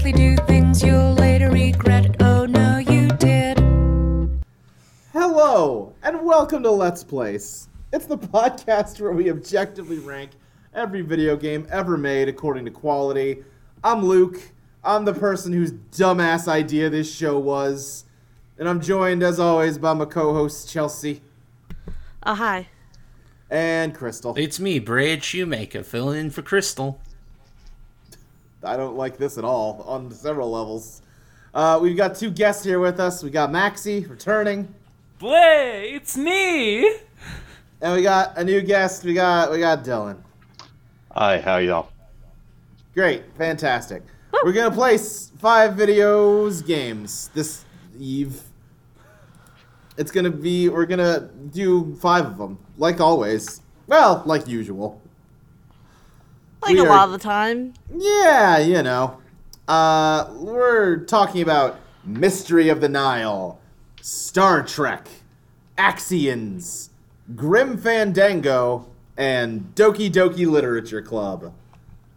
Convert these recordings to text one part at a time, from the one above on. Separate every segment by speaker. Speaker 1: quickly do things you'll later regret. Oh no, you did.
Speaker 2: Hello, and welcome to Let's Place. It's the podcast where we objectively rank every video game ever made according to quality. I'm Luke. I'm the person whose dumbass idea this show was. And I'm joined, as always, by my co hosts, Chelsea
Speaker 3: Oh, hi.
Speaker 2: and Crystal.
Speaker 4: It's me, Brad Shoemaker, filling in for Crystal.
Speaker 2: I don't like this at all on several levels. Uh, we've got two guests here with us. We got Maxie returning,
Speaker 5: Blay, it's me.
Speaker 2: and we got a new guest. We got we got Dylan.
Speaker 6: Hi, how y'all?
Speaker 2: Great, fantastic. We're gonna place five videos games this eve. It's gonna be we're gonna do five of them, like always. Well, like usual.
Speaker 3: Like
Speaker 2: We
Speaker 3: a
Speaker 2: are-
Speaker 3: lot of the time.
Speaker 2: Yeah, you know. Uh, we're talking about Mystery of the Nile, Star Trek, Axions, Grim Fandango, and Doki Doki Literature Club.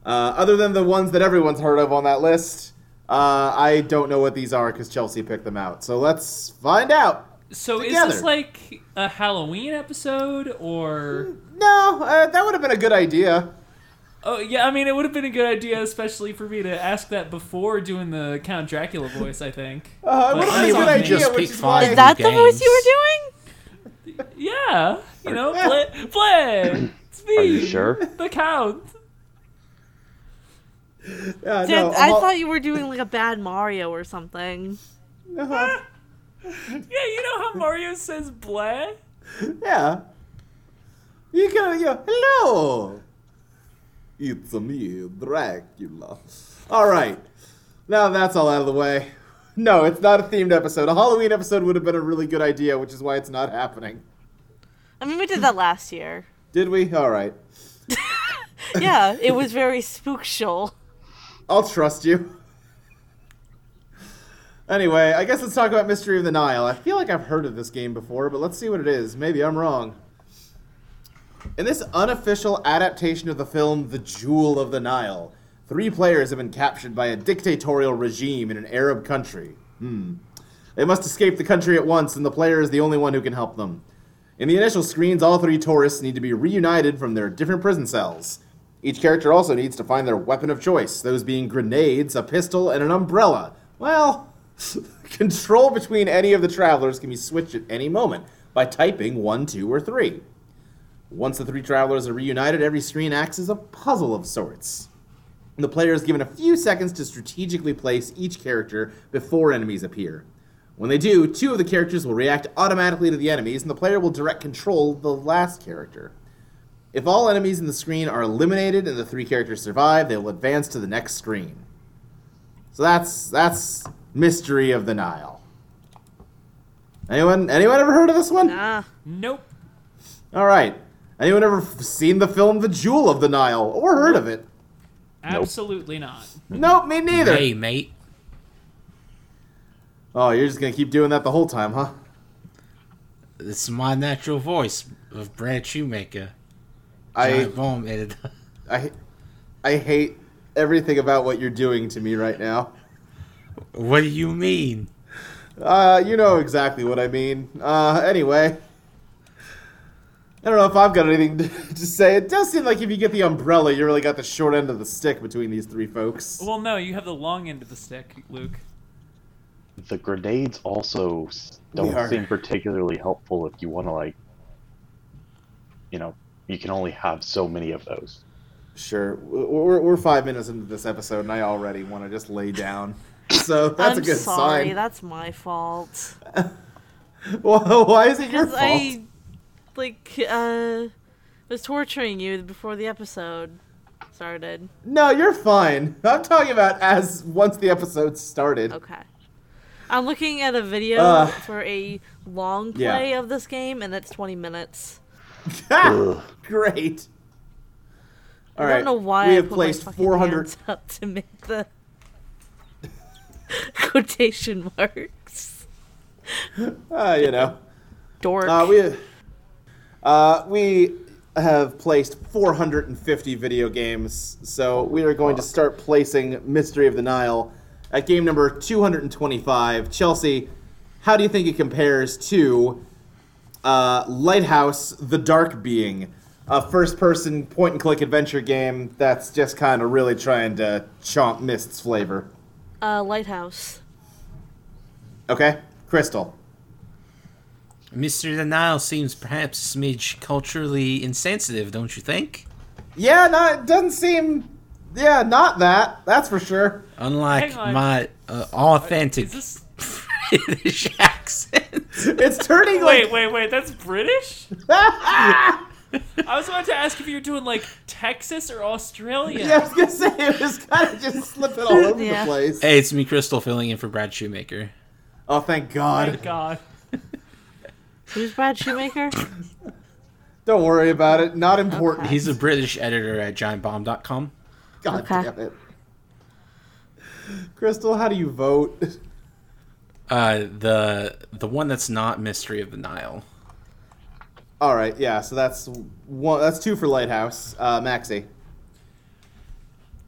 Speaker 2: Uh, other than the ones that everyone's heard of on that list, uh, I don't know what these are because Chelsea picked them out. So let's find out.
Speaker 5: So is
Speaker 2: Together.
Speaker 5: this like a Halloween episode or
Speaker 2: No, uh, that would have been a good idea.
Speaker 5: Oh yeah, I mean it would have been a good idea especially for me to ask that before doing the Count Dracula voice, I think.
Speaker 2: Uh, it
Speaker 5: But
Speaker 2: would have
Speaker 5: I
Speaker 2: been a good
Speaker 5: thought you
Speaker 2: idea,
Speaker 4: just
Speaker 2: which
Speaker 4: picked
Speaker 2: is
Speaker 4: five.
Speaker 2: why.
Speaker 3: Is that the
Speaker 4: games.
Speaker 3: voice you were doing?
Speaker 5: Yeah, you know, Blay, Blay, it's me.
Speaker 6: Are you sure?
Speaker 5: The Count.
Speaker 2: Uh,
Speaker 3: Did,
Speaker 2: no,
Speaker 3: I
Speaker 2: all-
Speaker 3: thought you were doing like a bad Mario or something.
Speaker 2: Uh-huh.
Speaker 5: Yeah, you know how Mario says Blay?
Speaker 2: Yeah. You go, you go, hello! It's me, Dracula. Alright. Now that's all out of the way. No, it's not a themed episode. A Halloween episode would have been a really good idea, which is why it's not happening.
Speaker 3: I mean, we did that last year.
Speaker 2: Did we? Alright.
Speaker 3: Yeah, it was very spookshul.
Speaker 2: I'll trust you. Anyway, I guess let's talk about Mystery of the Nile. I feel like I've heard of this game before, but let's see what it is. Maybe I'm wrong. In this unofficial adaptation of the film The Jewel of the Nile, three players have been captured by a dictatorial regime in an Arab country. Hmm. They must escape the country at once, and the player is the only one who can help them. In the initial screens, all three tourists need to be reunited from their different prison cells. Each character also needs to find their weapon of choice, those being grenades, a pistol, and an umbrella. Well, control between any of the travelers can be switched at any moment by typing 1, 2, or 3. Once the three travelers are reunited, every screen acts as a puzzle of sorts. The player is given a few seconds to strategically place each character before enemies appear. When they do, two of the characters will react automatically to the enemies, and the player will direct control the last character. If all enemies in the screen are eliminated and the three characters survive, they will advance to the next screen. So that's that's Mystery of the Nile. Anyone anyone ever heard of this one?
Speaker 3: Ah,
Speaker 5: Nope.
Speaker 2: All right. Anyone ever f- seen the film The Jewel of the Nile or heard of it?
Speaker 5: Absolutely not.
Speaker 2: Nope, me neither.
Speaker 4: Hey, mate.
Speaker 2: Oh, you're just gonna keep doing that the whole time, huh?
Speaker 4: This is my natural voice of Brad Shoemaker.
Speaker 2: I
Speaker 4: Giant bomb editor.
Speaker 2: I I hate everything about what you're doing to me right now.
Speaker 4: What do you mean?
Speaker 2: Uh, you know exactly what I mean. Uh, anyway. I don't know if I've got anything to, to say. It does seem like if you get the umbrella, you really got the short end of the stick between these three folks.
Speaker 5: Well, no, you have the long end of the stick, Luke.
Speaker 6: The grenades also s-
Speaker 2: We
Speaker 6: don't
Speaker 2: are-
Speaker 6: seem particularly helpful if you want to like, you know, you can only have so many of those.
Speaker 2: Sure. We're, we're, we're five minutes into this episode, and I already want to just lay down. So that's
Speaker 3: I'm
Speaker 2: a good
Speaker 3: sorry.
Speaker 2: sign.
Speaker 3: That's my fault.
Speaker 2: Well, why is it your
Speaker 3: Because
Speaker 2: fault?
Speaker 3: I, like, uh, was torturing you before the episode started.
Speaker 2: No, you're fine. I'm talking about as once the episode started.
Speaker 3: Okay. I'm looking at a video
Speaker 2: Uh,
Speaker 3: for a long
Speaker 2: yeah.
Speaker 3: play of this game, and it's 20 minutes.
Speaker 2: Ha! Ah, Great. All
Speaker 3: I
Speaker 2: right.
Speaker 3: don't know why
Speaker 2: we
Speaker 3: I
Speaker 2: have
Speaker 3: put
Speaker 2: placed
Speaker 3: my fucking
Speaker 2: 400.
Speaker 3: hands up to make the quotation marks.
Speaker 2: Uh, you know.
Speaker 3: Dork.
Speaker 2: Uh, we, uh, we have placed 450 video games, so we are going to start placing Mystery of the Nile at game number 225. Chelsea, how do you think it compares to uh, Lighthouse the Dark Being, a first person point and click adventure game that's just kind of really trying to chomp Mist's flavor?
Speaker 3: Uh, Lighthouse.
Speaker 2: Okay? Crystal.
Speaker 4: Mr. Denial seems perhaps a smidge culturally insensitive, don't you think?
Speaker 2: Yeah, no, it doesn't seem. Yeah, not that. That's for sure.
Speaker 4: Unlike
Speaker 5: Hang on.
Speaker 4: my uh, authentic
Speaker 5: Is this?
Speaker 4: British accent.
Speaker 2: It's turning like.
Speaker 5: Wait, wait, wait. That's British. I was about to ask if you're doing like Texas or Australia.
Speaker 2: Yeah, I was gonna say it was kind of just slipping all over
Speaker 3: Yeah.
Speaker 2: the place.
Speaker 4: Hey, it's me, Crystal, filling in for Brad Shoemaker.
Speaker 2: Oh, thank
Speaker 5: My
Speaker 2: God!
Speaker 5: God.
Speaker 3: Who's Brad Shoemaker?
Speaker 2: Don't worry about it. Not important.
Speaker 4: He's a British editor at giantbomb.com.
Speaker 2: God
Speaker 3: Okay.
Speaker 2: damn it, Crystal. How do you vote?
Speaker 4: Uh, the the one that's not Mystery of the Nile.
Speaker 2: All right, yeah. So that's one. That's two for Lighthouse. Uh, Maxie.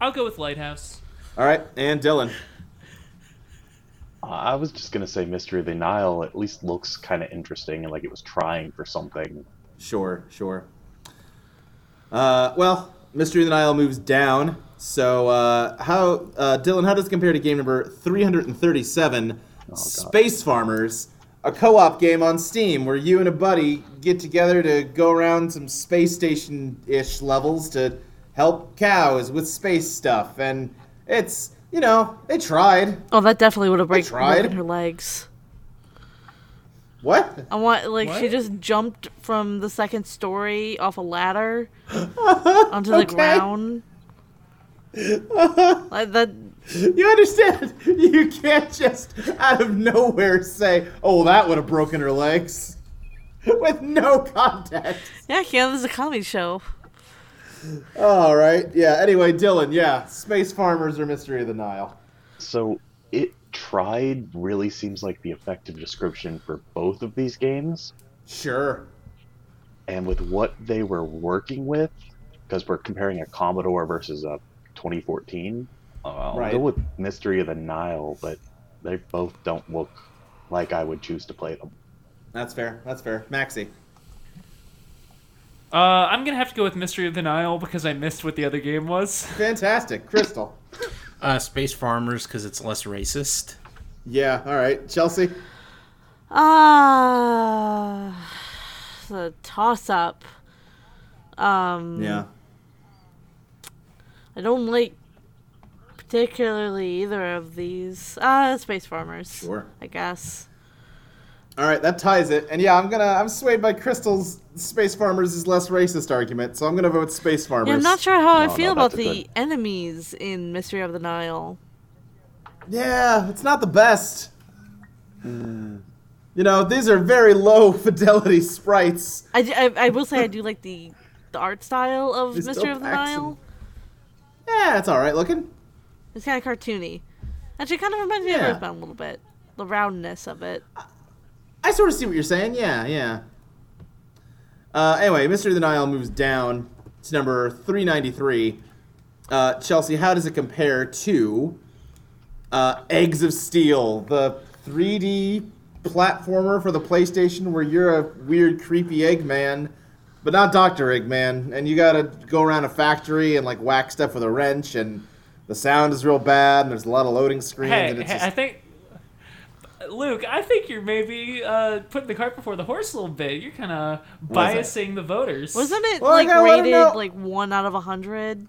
Speaker 5: I'll go with Lighthouse.
Speaker 2: All right, and Dylan.
Speaker 6: I was just gonna say Mystery of the Nile at least looks kind of interesting and like it was trying for something.
Speaker 2: Sure, sure. Uh, well, Mystery of the Nile moves down. So uh, how, uh, Dylan? How does it compare to game number three hundred and thirty-seven, Space Farmers, a co-op game on Steam where you and a buddy get together to go around some space station-ish levels to help cows with space stuff, and it's you know they tried.
Speaker 3: Oh, that definitely would have break-
Speaker 2: tried.
Speaker 3: broken her legs.
Speaker 2: What?
Speaker 3: I want like she
Speaker 4: What?
Speaker 3: just jumped from the second story off a ladder onto the
Speaker 2: Okay.
Speaker 3: ground. like that.
Speaker 2: You understand? You can't just out of nowhere say, "Oh, that would have broken her legs," with no context.
Speaker 3: Yeah, yeah, this is a comedy show.
Speaker 2: All right. Yeah. Anyway, Dylan. Yeah. Space farmers or mystery of the Nile.
Speaker 6: So it tried really seems like the effective description for both of these games,
Speaker 2: Sure.
Speaker 6: and with what they were working with, because we're comparing a Commodore versus a 2014. Uh, I'll
Speaker 2: Right.
Speaker 6: go with Mystery of the Nile, but they both don't look like I would choose to play them.
Speaker 2: That's fair. That's fair. Maxie.
Speaker 5: Uh, I'm gonna have to go with Mystery of the Nile because I missed what the other game was.
Speaker 2: Fantastic. Crystal.
Speaker 4: Uh, Space Farmers, because it's less racist.
Speaker 2: Yeah. All right. Chelsea.
Speaker 3: Ah, it's a toss up. Um,
Speaker 2: Yeah.
Speaker 3: I don't like particularly either of these. Uh, space farmers.
Speaker 2: Sure.
Speaker 3: I guess.
Speaker 2: All right. That ties it. And yeah, I'm gonna. I'm swayed by Crystal's space farmers is less racist argument, so I'm gonna vote space farmers.
Speaker 3: Yeah, I'm not sure how I
Speaker 6: No, no,
Speaker 3: feel about
Speaker 6: that's a
Speaker 3: the enemies in Mystery of the Nile.
Speaker 2: Yeah, it's not the best. You know, these are very low fidelity sprites.
Speaker 3: I, d- I- I will say I do like the the art style of
Speaker 2: There's
Speaker 3: Mystery
Speaker 2: no
Speaker 3: of the
Speaker 2: accent.
Speaker 3: Nile.
Speaker 2: Yeah, it's all right looking.
Speaker 3: It's kind of cartoony. Actually, kind of reminds me
Speaker 2: Yeah.
Speaker 3: of Earthbound a little bit. The roundness of it.
Speaker 2: I sort of see what you're saying. Yeah, yeah. Uh, anyway, Mystery of the Nile moves down to number 393. Uh, Chelsea, how does it compare to uh, Eggs of Steel, the 3D platformer for the PlayStation where you're a weird, creepy Eggman, but not Dr. Eggman, and you gotta go around a factory and like whack stuff with a wrench, and the sound is real bad, and there's a lot of loading screens,
Speaker 5: Hey,
Speaker 2: and it's
Speaker 5: hey,
Speaker 2: just.
Speaker 5: I think. Luke, I think you're maybe uh, putting the cart before the horse a little bit. You're kind of
Speaker 2: Was
Speaker 5: biasing the voters.
Speaker 3: Wasn't it
Speaker 2: Well, I
Speaker 3: like
Speaker 2: kinda wanna
Speaker 3: rated
Speaker 2: know-
Speaker 3: like one out of a hundred?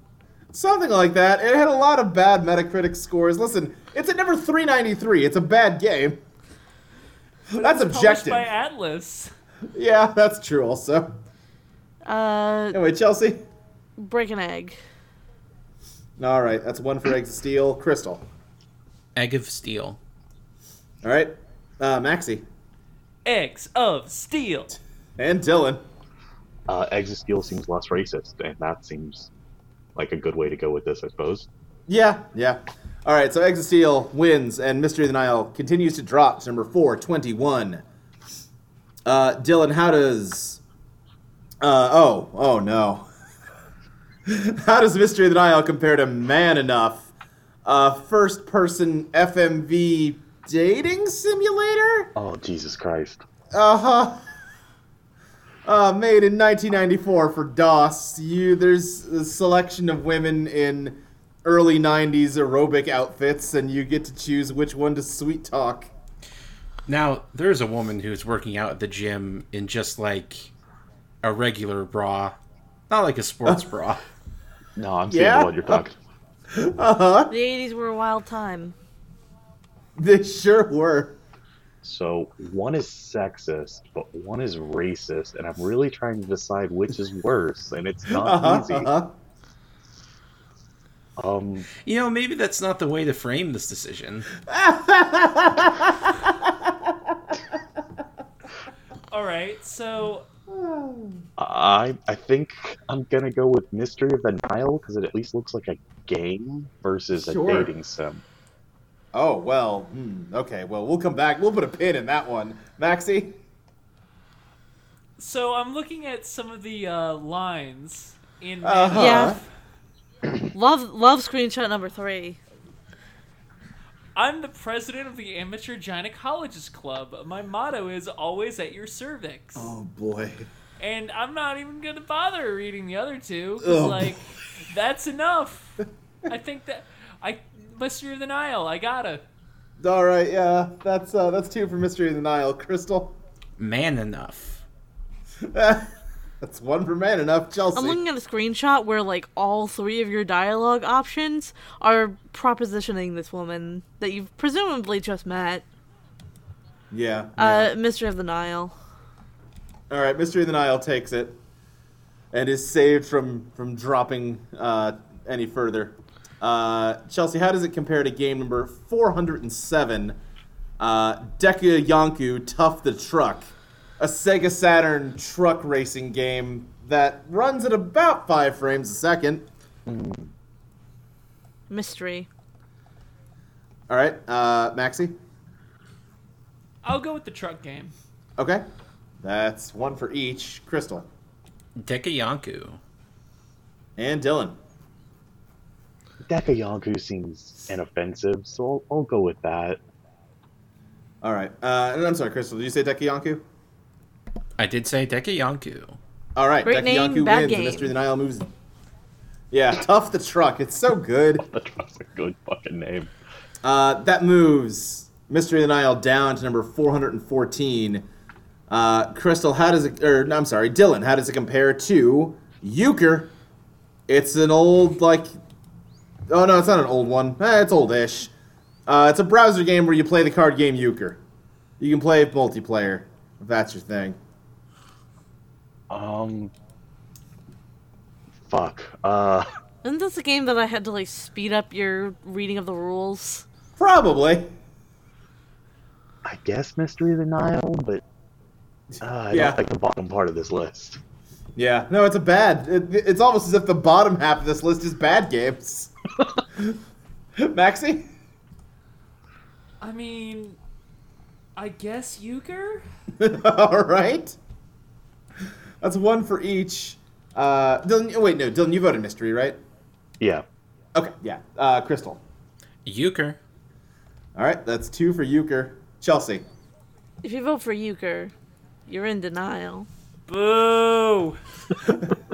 Speaker 2: Something like that. It had a lot of bad Metacritic scores. Listen, it's at number 393. It's a bad game. That's
Speaker 5: Published
Speaker 2: objective.
Speaker 5: by Atlas.
Speaker 2: Yeah, that's true also.
Speaker 3: Uh,
Speaker 2: Anyway, Chelsea.
Speaker 3: break an egg.
Speaker 2: All right, that's one for Eggs of Steel. Crystal.
Speaker 4: Egg of Steel.
Speaker 2: All right, uh, Maxie.
Speaker 5: Eggs of Steel.
Speaker 2: And Dylan.
Speaker 6: Uh, Eggs of Steel seems less racist, and that seems like a good way to go with this, I suppose.
Speaker 2: Yeah, yeah. All right, so Eggs of Steel wins, and Mystery of the Nile continues to drop to number 421. Uh, Dylan, how does. Uh, oh, oh no. how does Mystery of the Nile compare to Man Enough, uh, first person FMV dating simulator.
Speaker 6: Oh Jesus Christ!
Speaker 2: Uh huh. Uh, made in 1994 for DOS. You there's a selection of women in early 90s aerobic outfits, and you get to choose which one to sweet talk.
Speaker 4: Now, there's a woman who's working out at the gym in just like a regular bra, not like a sports bra.
Speaker 6: No, I'm seeing
Speaker 2: Yeah?
Speaker 6: the one you're talking.
Speaker 2: Uh huh.
Speaker 3: The 80s were a wild time.
Speaker 2: They sure were.
Speaker 6: So one is sexist, but one is racist, and I'm really trying to decide which is worse, and it's not
Speaker 2: Uh huh.
Speaker 6: easy.
Speaker 2: Uh huh.
Speaker 6: Um,
Speaker 4: You know, maybe that's not the way to frame this decision.
Speaker 5: All right, so
Speaker 6: I I think I'm gonna go with Mystery of the Nile because it at least looks like a game versus
Speaker 2: Sure.
Speaker 6: a dating sim.
Speaker 2: Oh well. Hmm, okay. Well, we'll come back. We'll put a pin in that one, Maxie.
Speaker 5: so I'm looking at some of the uh, lines in
Speaker 2: Uh-huh.
Speaker 3: Yeah. love love screenshot number three.
Speaker 5: I'm the president of the Amateur Gynecologist Club. My motto is always at your cervix.
Speaker 2: boy.
Speaker 5: And I'm not even going to bother reading the other two. 'cause,
Speaker 2: Oh,
Speaker 5: like, that's enough. I think that. I. Mystery of the Nile, I gotta.
Speaker 2: All right. Yeah. That's uh, that's two for Mystery of the Nile. Crystal.
Speaker 4: Man enough.
Speaker 2: that's one for man enough. Chelsea.
Speaker 3: I'm looking at a screenshot where like all three of your dialogue options are propositioning this woman that you've presumably just met.
Speaker 2: yeah.
Speaker 3: Uh, Mystery of the Nile.
Speaker 2: All right, Mystery of the Nile takes it and is saved from from dropping uh, any further. Uh, Chelsea, how does it compare to game number 407, uh, Deku Yanku Tough the Truck, a Sega Saturn truck racing game that runs at about five frames a second?
Speaker 3: Mystery.
Speaker 2: All right, uh, Maxi.
Speaker 5: I'll go with the truck game.
Speaker 2: Okay, that's one for each. Crystal
Speaker 4: Dekayanku.
Speaker 2: and Dylan.
Speaker 6: Deca Yanku seems inoffensive, so I'll, I'll go with that.
Speaker 2: All right, uh, and I'm sorry, Crystal. Did you say Deku Yanku?
Speaker 4: I did say Dekayanku.
Speaker 2: All right,
Speaker 3: Great name,
Speaker 2: Dekiyanku
Speaker 3: bad
Speaker 2: wins.
Speaker 3: game.
Speaker 2: and Mystery of the Nile moves. Yeah, tough the truck. It's so good.
Speaker 6: The truck's a good fucking name.
Speaker 2: Uh, that moves Mystery of the Nile down to number 414. Uh, Crystal, how does it? Or no, I'm sorry, Dylan. How does it compare to Euchre? It's an old like. Oh no, it's not an old one. Eh, it's oldish. Uh, it's a browser game where you play the card game Euchre. You can play multiplayer if that's your thing.
Speaker 6: Um, fuck. Uh,
Speaker 3: Isn't this a game that I had to like speed up your reading of the rules?
Speaker 2: Probably.
Speaker 6: I guess Mystery of the Nile, but uh, I
Speaker 2: Yeah.
Speaker 6: don't like the bottom part of this list.
Speaker 2: Yeah, no, it's a bad. It, it's almost as if the bottom half of this list is bad games. Maxie,
Speaker 5: I mean. I guess Euchre?
Speaker 2: all right. That's one for each. Uh, Dylan, wait, no, Dylan, you voted mystery, right?
Speaker 6: Yeah.
Speaker 2: Okay, yeah. Uh, Crystal.
Speaker 4: Euchre.
Speaker 2: All right, that's two for Euchre. Chelsea.
Speaker 3: If you vote for Euchre, you're in denial.
Speaker 5: Boo!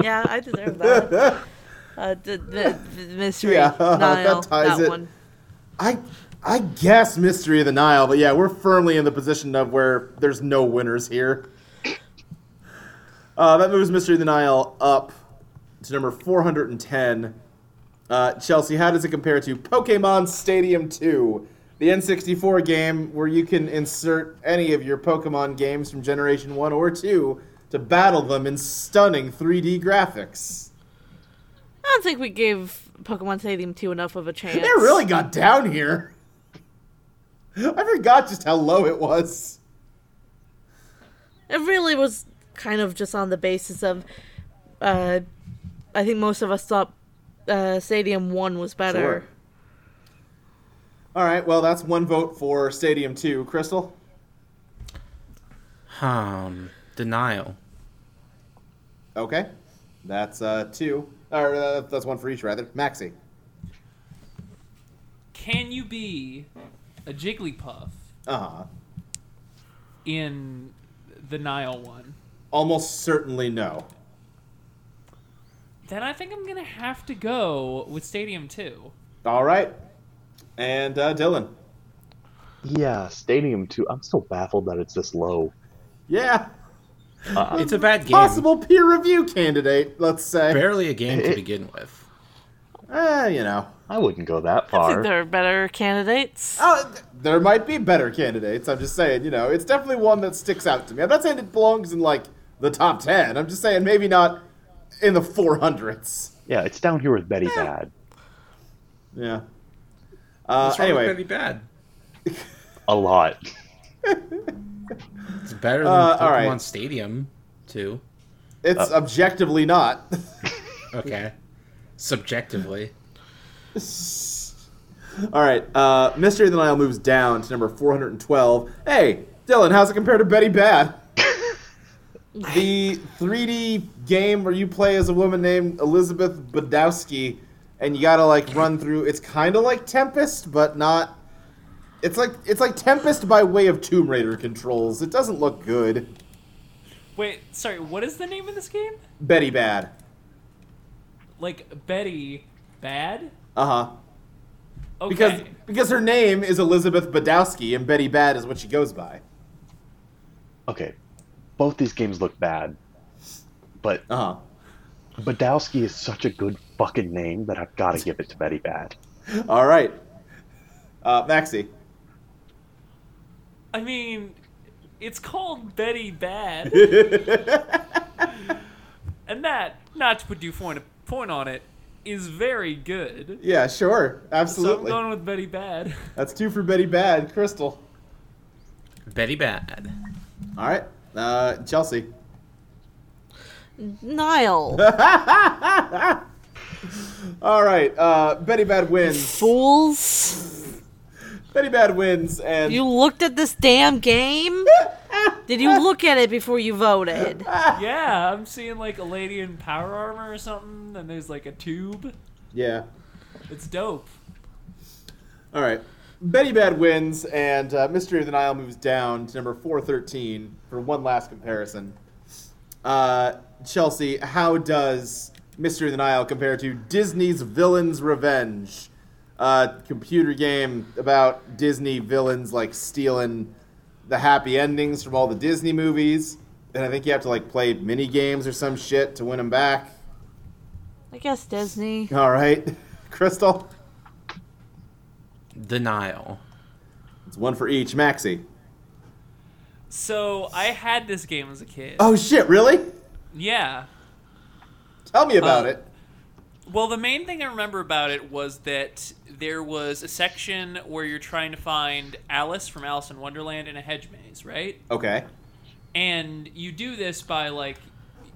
Speaker 3: Yeah, I deserve that. Uh, the, the, the mystery
Speaker 2: Yeah, that
Speaker 3: Nile.
Speaker 2: ties it.
Speaker 3: one.
Speaker 2: I, I guess mystery of the Nile, but yeah, we're firmly in the position of where there's no winners here. Uh, that moves mystery of the Nile up to number 410. Uh, Chelsea, how does it compare to Pokemon Stadium 2, the N64 game where you can insert any of your Pokemon games from Generation 1 or 2 to battle them in stunning 3D graphics?
Speaker 3: I don't think we gave Pokemon Stadium 2 enough of a chance.
Speaker 2: It really got down here. I forgot just how low it was.
Speaker 3: It really was kind of just on the basis of, uh, I think most of us thought uh, Stadium 1 was better.
Speaker 2: All right, well, that's one vote for Stadium 2. Crystal?
Speaker 4: Um, denial.
Speaker 2: Okay. That's uh, two. Or uh, that's one for each, rather. Maxi.
Speaker 5: Can you be a Jigglypuff
Speaker 2: Uh-huh.
Speaker 5: in the Nile one?
Speaker 2: Almost certainly no.
Speaker 5: Then I think I'm gonna have to go with Stadium Two.
Speaker 2: All right. And uh, Dylan.
Speaker 6: Yeah, Stadium 2. I'm still baffled that it's this low.
Speaker 2: Yeah.
Speaker 6: Uh,
Speaker 4: It's a bad game.
Speaker 2: Um, Possible peer review candidate, let's say.
Speaker 4: Barely a game to begin with.
Speaker 2: Eh, you know.
Speaker 6: I wouldn't go that
Speaker 3: I think
Speaker 6: far.
Speaker 3: there are better candidates.
Speaker 2: Oh, th- there might be better candidates. I'm just saying, you know, it's definitely one that sticks out to me. I'm not saying it belongs in like the top ten. I'm just saying maybe not in the 400s.
Speaker 6: Yeah, it's down here with Betty Bad.
Speaker 2: Yeah. Uh,
Speaker 4: What's wrong with
Speaker 2: anyway,
Speaker 4: Betty Bad?
Speaker 6: A lot.
Speaker 4: It's better than
Speaker 2: Uh, all
Speaker 4: Pokemon
Speaker 2: right.
Speaker 4: Stadium, too.
Speaker 2: it's objectively not.
Speaker 4: Okay. Subjectively.
Speaker 2: All right, uh, Mystery of the Nile moves down to number 412. Hey, Dylan, how's it compare to Betty Bad? the 3D game where you play as a woman named Elizabeth Badowski, and you gotta like run through. It's kind of like Tempest, but not. It's like it's like Tempest by way of Tomb Raider controls. It doesn't look good.
Speaker 5: Wait, sorry. What is the name of this game?
Speaker 2: Betty Bad.
Speaker 5: Like Betty Bad?
Speaker 2: Uh huh.
Speaker 5: Okay.
Speaker 2: Because because her name is Elizabeth Badowski, and Betty Bad is what she goes by.
Speaker 6: Okay, both these games look bad, but
Speaker 2: Uh huh.
Speaker 6: Badowski is such a good fucking name that I've got to give it to Betty Bad.
Speaker 2: All right. Uh, Maxie.
Speaker 5: I mean, it's called Betty Bad, and that, not to put due point point on it, is very good.
Speaker 2: yeah, sure. Absolutely.
Speaker 5: So I'm going with Betty Bad.
Speaker 2: That's two for Betty Bad. Crystal.
Speaker 4: Betty Bad.
Speaker 2: All right. Uh, Chelsea.
Speaker 3: Nile.
Speaker 2: All right. Uh, Betty Bad wins.
Speaker 3: Fools.
Speaker 2: Betty Bad wins, and
Speaker 3: You looked at this damn game? Did you look at it before you voted?
Speaker 5: yeah, I'm seeing like a lady in power armor or something, and there's like a tube.
Speaker 2: yeah.
Speaker 5: It's dope.
Speaker 2: All right. Betty Bad wins, and uh, Mystery of the Nile moves down to number 413 for one last comparison. Uh, Chelsea, how does Mystery of the Nile compare to Disney's Villain's Revenge? Uh, computer game about Disney villains like stealing the happy endings from all the Disney movies. And I think you have to like play mini games or some shit to win them back.
Speaker 3: I guess Disney.
Speaker 2: All right. Crystal,
Speaker 4: The Nile.
Speaker 2: it's one for each. Maxie.
Speaker 5: So I had this game as a kid.
Speaker 2: Oh shit, really?
Speaker 5: Yeah.
Speaker 2: Tell me about
Speaker 5: Uh,
Speaker 2: it.
Speaker 5: Well, the main thing I remember about it was that there was a section where you're trying to find Alice from Alice in Wonderland in a hedge maze, right?
Speaker 2: Okay.
Speaker 5: and you do this by like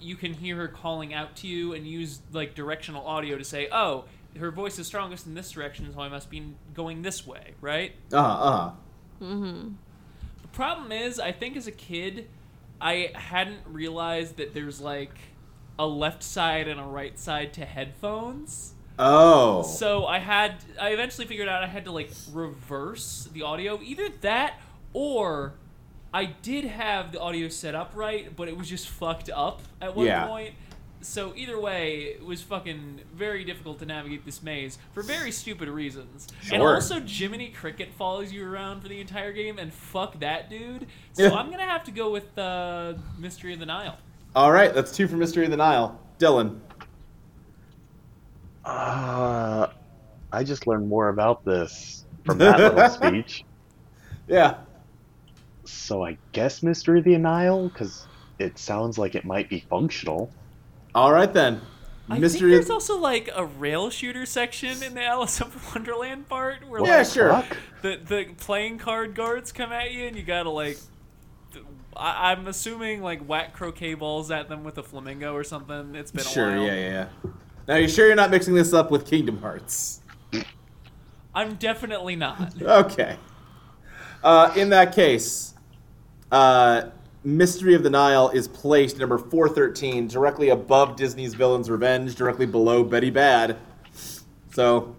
Speaker 5: you can hear her calling out to you and use like directional audio to say oh her voice is strongest in this direction so i must be going this way right
Speaker 2: Uh uh.
Speaker 5: the problem is i think as a kid i hadn't realized that there's like a left side and a right side to headphones
Speaker 2: Oh.
Speaker 5: so i had i eventually figured out i had to like reverse the audio either that or i did have the audio set up right but it was just fucked up at one
Speaker 2: Yeah.
Speaker 5: point so either way it was fucking very difficult to navigate this maze for very stupid reasons and
Speaker 2: Sure.
Speaker 5: also jiminy cricket follows you around for the entire game and fuck that dude so i'm gonna have to go with uh, mystery of the nile
Speaker 2: All right, that's two for Mystery of the Nile. Dylan.
Speaker 6: Uh, I just learned more about this from that little speech.
Speaker 2: Yeah.
Speaker 6: So I guess Mystery of the Nile, because it sounds like it might be functional.
Speaker 2: All right then.
Speaker 5: I
Speaker 2: Mystery.
Speaker 5: think there's also like a rail shooter section in the Alice in Wonderland part where
Speaker 2: yeah,
Speaker 5: like
Speaker 2: sure.
Speaker 6: Fuck.
Speaker 5: the the playing card guards come at you and you gotta like th- I, I'm assuming like whack croquet balls at them with a flamingo or something. It's been a
Speaker 2: Sure.
Speaker 5: while.
Speaker 2: Yeah, yeah, yeah. Now you sure you're not mixing this up with Kingdom Hearts?
Speaker 5: I'm definitely not.
Speaker 2: Okay. Uh, in that case, uh, Mystery of the Nile is placed number 413, directly above Disney's Villain's Revenge, directly below Betty Bad. So,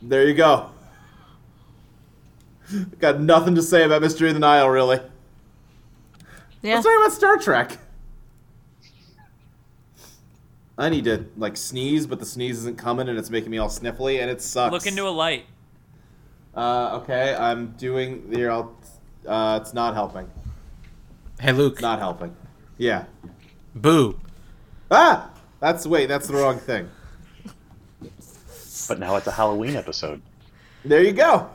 Speaker 2: there you go. Got nothing to say about Mystery of the Nile, really.
Speaker 3: Yeah.
Speaker 2: Let's talk about Star Trek. I need to like sneeze, but the sneeze isn't coming, and it's making me all sniffly, and it sucks.
Speaker 5: Look into a light.
Speaker 2: Uh, okay, I'm doing here. I'll. Uh, it's not helping.
Speaker 4: Hey, Luke.
Speaker 2: Not helping. Yeah.
Speaker 4: Boo.
Speaker 2: Ah, that's wait. That's the wrong thing.
Speaker 6: But now it's a Halloween episode.
Speaker 2: There you go.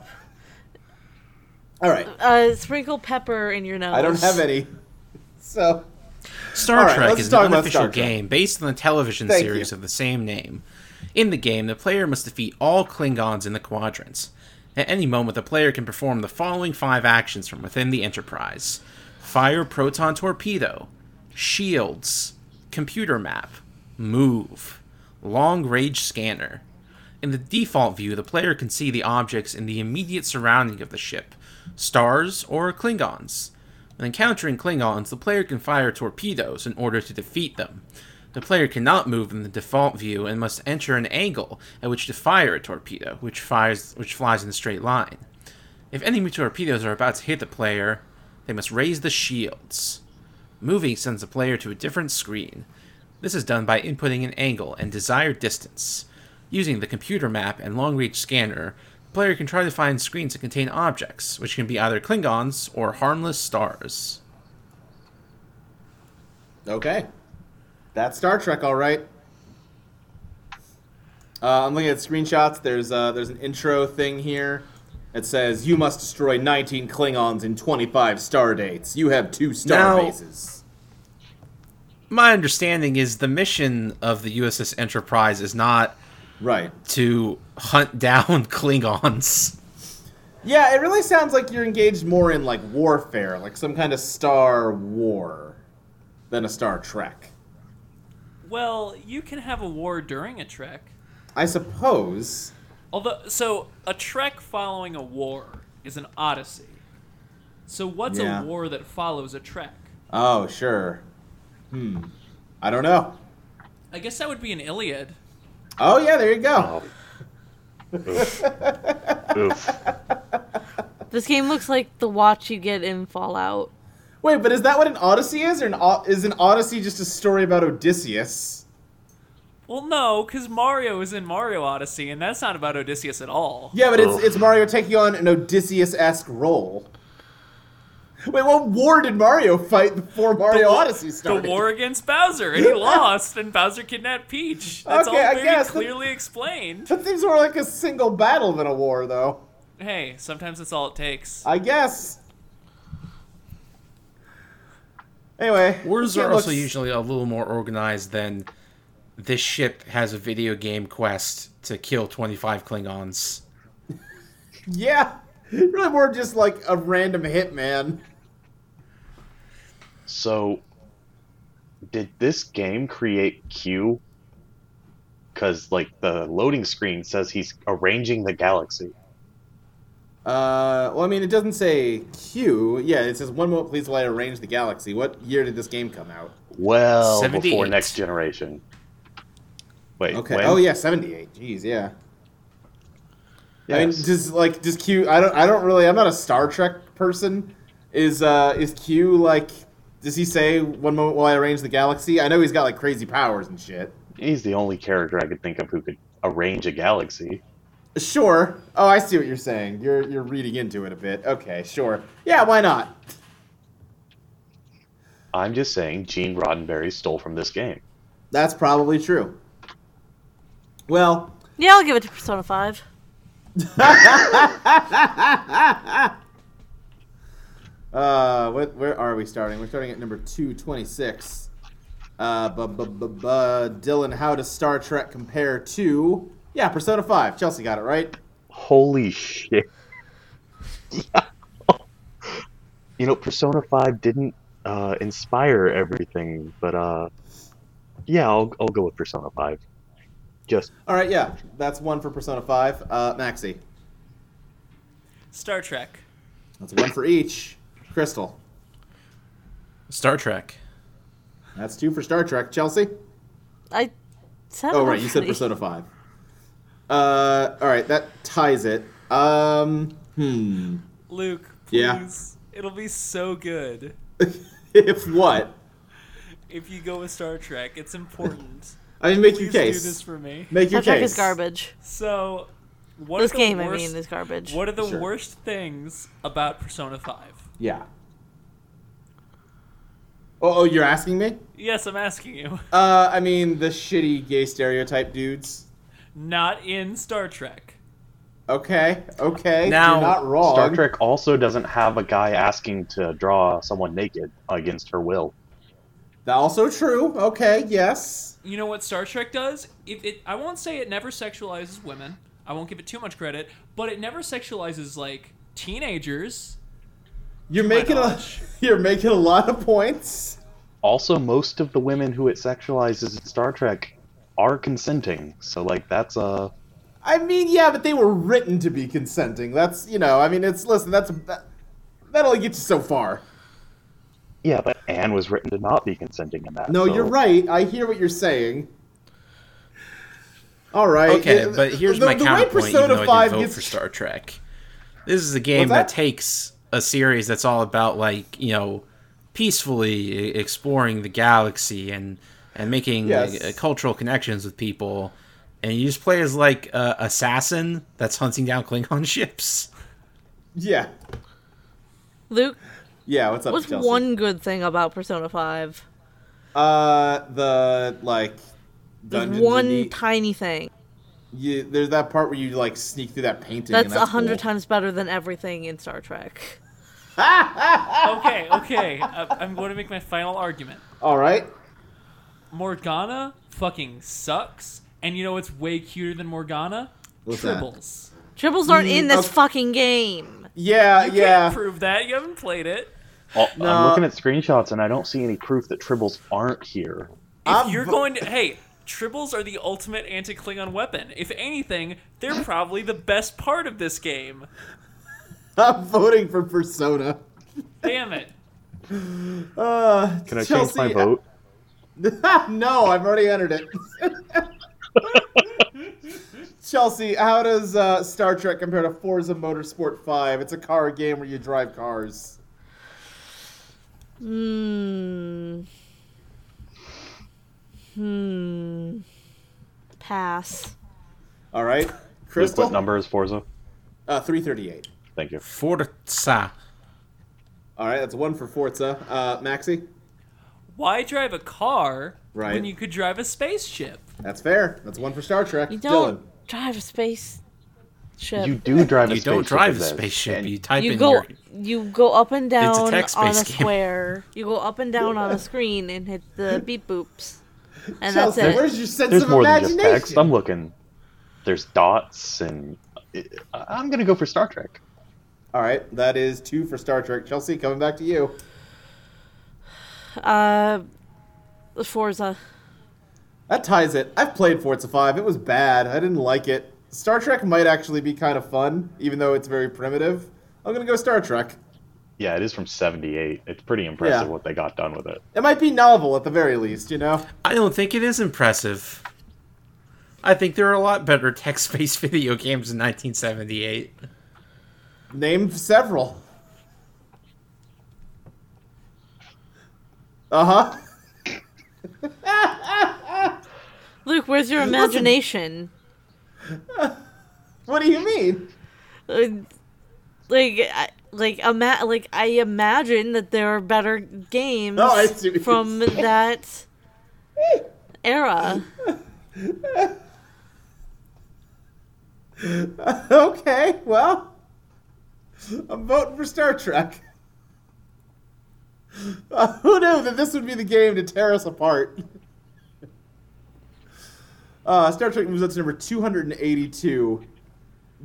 Speaker 2: All right.
Speaker 3: Uh, sprinkle pepper in your nose.
Speaker 2: I don't have any. So
Speaker 4: Star
Speaker 2: All right,
Speaker 4: Trek
Speaker 2: let's
Speaker 4: is
Speaker 2: talk
Speaker 4: an
Speaker 2: about
Speaker 4: unofficial
Speaker 2: Star Trek.
Speaker 4: game based on the television
Speaker 2: Thank
Speaker 4: series
Speaker 2: you.
Speaker 4: of the same name. In the game, the player must defeat all Klingons in the quadrants. At any moment, the player can perform the following five actions from within the Enterprise fire proton torpedo, shields, computer map, move, long range scanner. In the default view, the player can see the objects in the immediate surrounding of the ship stars or Klingons. When encountering Klingons, the player can fire torpedoes in order to defeat them. The player cannot move in the default view and must enter an angle at which to fire a torpedo, which fires which flies in a straight line. If enemy torpedoes are about to hit the player, they must raise the shields. Moving sends the player to a different screen. This is done by inputting an angle and desired distance. Using the computer map and long range scanner, the player can try to find screens that contain objects, which can be either Klingons or harmless stars.
Speaker 2: okay, that's Star Trek. All right. Uh, I'm looking at screenshots. There's uh, there's an intro thing here. It says you must destroy 19 Klingons in 25 star dates. You have two star
Speaker 4: Now-
Speaker 2: bases.
Speaker 4: My understanding is the mission of the USS Enterprise is not
Speaker 2: Right.
Speaker 4: to hunt down Klingons.
Speaker 2: Yeah, it really sounds like you're engaged more in like warfare, like some kind of Star War, than a Star Trek.
Speaker 5: Well, you can have a war during a trek.
Speaker 2: I suppose.
Speaker 5: Although, so a trek following a war is an odyssey. So what's
Speaker 2: Yeah.
Speaker 5: a war that follows a trek?
Speaker 2: Oh, sure. Hmm. I don't know.
Speaker 5: I guess that would be an Iliad.
Speaker 2: Oh yeah, there you go.
Speaker 6: Oh. Oof. Oof.
Speaker 3: This game looks like the watch you get in Fallout.
Speaker 2: Wait, but is that what an Odyssey is, or an o- is an Odyssey just a story about Odysseus?
Speaker 5: Well, no, because Mario is in Mario Odyssey, and that's not about Odysseus at all.
Speaker 2: Yeah, but it's
Speaker 6: Oh.
Speaker 2: it's Mario taking on an Odysseus-esque role. Wait, what war did Mario fight before Mario
Speaker 5: wa-
Speaker 2: Odyssey started?
Speaker 5: The war against Bowser, and he lost, and Bowser kidnapped Peach. That's
Speaker 2: Okay, I
Speaker 5: all very
Speaker 2: guess that-
Speaker 5: clearly explained.
Speaker 2: That seems more like a single battle than a war, though.
Speaker 5: Hey, sometimes that's all it takes.
Speaker 2: I guess. Anyway,
Speaker 4: Wars
Speaker 2: it
Speaker 4: are also
Speaker 2: looks-
Speaker 4: usually a little more organized than this ship has a video game quest to kill 25 Klingons.
Speaker 2: yeah, really more just like a random hitman.
Speaker 6: So, did this game create Q? Because like the loading screen says he's arranging the galaxy.
Speaker 2: Uh, well, I mean, it doesn't say Q. Yeah, it says one moment, please, while I arrange the galaxy. What year did this game come out?
Speaker 6: Well, before
Speaker 4: 78.
Speaker 6: next generation. Wait.
Speaker 2: Okay.
Speaker 6: when?
Speaker 2: Oh yeah, seventy-eight. Jeez, yeah. I mean,
Speaker 6: Yes.
Speaker 2: does like does Q? I don't. I don't really. I'm not a Star Trek person. Is uh is Q like? Does he say one moment while I arrange the galaxy? I know he's got like crazy powers and shit.
Speaker 6: He's the only character I could think of who could arrange a galaxy.
Speaker 2: Sure. Oh, I see what you're saying. You're you're reading into it a bit. Okay, sure. Yeah, why not?
Speaker 6: I'm just saying Gene Roddenberry stole from this game.
Speaker 2: That's probably true. Well,
Speaker 3: Yeah, I'll give it to Persona 5.
Speaker 2: uh, what, where are we starting? We're starting at number 226. Uh, bu- bu- bu- bu- Dylan, how does Star Trek compare to. Yeah, Persona 5. Chelsea got it right.
Speaker 6: Holy shit. you know, Persona 5 didn't uh, inspire everything, but uh, yeah, I'll, I'll go with Persona 5. Just,
Speaker 2: All right, yeah, that's one for Persona 5. Uh, Maxi,
Speaker 5: Star Trek.
Speaker 2: that's one for each. Crystal,
Speaker 4: Star Trek.
Speaker 2: that's two for Star Trek. Chelsea?
Speaker 3: I said
Speaker 2: Oh
Speaker 3: it
Speaker 2: right, you said
Speaker 3: already.
Speaker 2: Persona Five. Uh, all right, that ties it. Um, hmm.
Speaker 5: Luke,
Speaker 2: Yeah.
Speaker 5: please. It'll be so good
Speaker 2: if what?
Speaker 5: if you go with Star Trek. It's important.
Speaker 2: I mean, make your
Speaker 5: Please
Speaker 2: case.
Speaker 5: do this for me.
Speaker 2: Make your
Speaker 3: Star Trek
Speaker 2: case.
Speaker 3: is garbage.
Speaker 5: So, what
Speaker 3: This
Speaker 5: are the
Speaker 3: game,
Speaker 5: worst,
Speaker 3: I mean, is garbage.
Speaker 5: what are the
Speaker 2: Sure.
Speaker 5: worst things about Persona Five?
Speaker 2: Yeah. Oh, oh, you're asking me?
Speaker 5: Yes, I'm asking you.
Speaker 2: Uh, I mean, the shitty gay stereotype dudes.
Speaker 5: Not in Star Trek.
Speaker 2: Okay, okay.
Speaker 4: Now-
Speaker 2: you're not wrong.
Speaker 6: Star Trek also doesn't have a guy asking to draw someone naked against her will.
Speaker 2: That also true. Okay, yes.
Speaker 5: You know what Star Trek does? If it, I won't say it never sexualizes women. I won't give it too much credit, but it never sexualizes like teenagers.
Speaker 2: You're
Speaker 5: Oh
Speaker 2: making a
Speaker 5: knowledge.
Speaker 2: you're making a lot of points.
Speaker 6: Also, most of the women who it sexualizes in Star Trek are consenting. So, like, that's a
Speaker 2: I mean, yeah, but they were written to be consenting. That's you know, I mean, it's listen, that's that, that only gets you so far.
Speaker 6: yeah. But Anne was written to not be consenting in that.
Speaker 2: No,
Speaker 6: so-
Speaker 2: you're right. I hear what you're saying. All right.
Speaker 4: Okay,
Speaker 2: it-
Speaker 4: but here's
Speaker 2: the,
Speaker 4: my
Speaker 2: the way
Speaker 4: counterpoint.
Speaker 2: Persona
Speaker 4: even though
Speaker 2: 5
Speaker 4: I didn't vote
Speaker 2: gets-
Speaker 4: for Star Trek, this is a game
Speaker 2: What's that?
Speaker 4: that? takes a series that's all about like you know peacefully e- exploring the galaxy and and making
Speaker 2: Yes.
Speaker 4: uh, cultural connections with people, and you just play as like a assassin that's hunting down Klingon ships.
Speaker 2: Yeah.
Speaker 3: Luke,
Speaker 2: Yeah. What's up,
Speaker 3: what's
Speaker 2: Chelsea?
Speaker 3: one good thing about Persona 5?
Speaker 2: Uh, the like
Speaker 3: There's
Speaker 2: dungeons.
Speaker 3: one
Speaker 2: and neat-
Speaker 3: tiny thing.
Speaker 2: you, there's that part where you like sneak through that painting.
Speaker 3: That's
Speaker 2: a
Speaker 3: a hundred times better than everything in Star Trek.
Speaker 5: Okay, okay. I, I'm going to make my final argument.
Speaker 2: All right.
Speaker 5: Morgana fucking sucks, and you know what's way cuter than Morgana?
Speaker 2: What's that?
Speaker 5: Tribbles.
Speaker 3: Tribbles aren't in this
Speaker 2: okay.
Speaker 3: fucking game.
Speaker 2: Yeah.
Speaker 5: You
Speaker 2: yeah.
Speaker 5: can't prove that. You haven't played it.
Speaker 6: Oh,
Speaker 2: No.
Speaker 6: I'm looking at screenshots and I don't see any proof that Tribbles aren't here.
Speaker 5: If
Speaker 2: I'm
Speaker 5: you're
Speaker 2: vo-
Speaker 5: going to, hey, tribbles are the ultimate anti-Klingon weapon. If anything, they're probably the best part of this game.
Speaker 2: I'm voting for Persona.
Speaker 5: Damn it!
Speaker 2: Uh,
Speaker 6: Can I
Speaker 2: Chelsea,
Speaker 6: change my vote?
Speaker 2: no, I've already entered it. Chelsea, how does uh, Star Trek compare to Forza Motorsport 5? It's a car game where you drive cars.
Speaker 3: Hmm. Hmm. Pass.
Speaker 2: All right.
Speaker 6: Luke,
Speaker 2: Crystal?
Speaker 6: what number is Forza?
Speaker 2: Uh, 338.
Speaker 6: Thank you.
Speaker 4: Forza.
Speaker 2: All right, that's one for Forza. Uh, Maxi?
Speaker 5: Why drive a car
Speaker 2: Right.
Speaker 5: when you could drive a spaceship?
Speaker 2: That's fair. That's one for Star Trek.
Speaker 3: You
Speaker 2: Dylan?
Speaker 3: don't drive a space ship.
Speaker 6: You do drive a
Speaker 4: You
Speaker 6: spaceship.
Speaker 4: don't drive a
Speaker 6: in this.
Speaker 4: spaceship.
Speaker 2: And
Speaker 4: You type
Speaker 3: You
Speaker 4: in
Speaker 3: go
Speaker 4: your
Speaker 3: you go up and down
Speaker 4: text
Speaker 3: on a
Speaker 4: space game.
Speaker 3: square. You go up and down on a screen and hit the beep boops. And that's
Speaker 2: Chelsea,
Speaker 3: it.
Speaker 2: where's your sense
Speaker 6: There's
Speaker 2: of
Speaker 6: more than
Speaker 2: imagination?
Speaker 6: just text. I'm looking. There's dots and I- I'm gonna go for Star Trek.
Speaker 2: All right, that is two for Star Trek. Chelsea, coming back to you.
Speaker 3: Uh Forza.
Speaker 2: That ties it. I've played Forza 5. It was bad. I didn't like it. Star Trek might actually be kind of fun, even though it's very primitive. I'm going to go Star Trek.
Speaker 6: Yeah, it is from '78. It's pretty impressive
Speaker 2: Yeah.
Speaker 6: what they got done with it.
Speaker 2: It might be novel at the very least, you know?
Speaker 4: I don't think it is impressive. I think there are a lot better text-based video games in 1978.
Speaker 2: Name several. Uh huh.
Speaker 3: Luke, where's your imagination?
Speaker 2: What do you mean?
Speaker 3: Uh, like I, like ima- like I imagine that there are better games
Speaker 2: Oh, I see what you're
Speaker 3: from
Speaker 2: saying.
Speaker 3: that era.
Speaker 2: Okay, well, I'm voting for Star Trek. Uh, who knew that this would be the game to tear us apart? Uh, Star Trek moves up to number 282.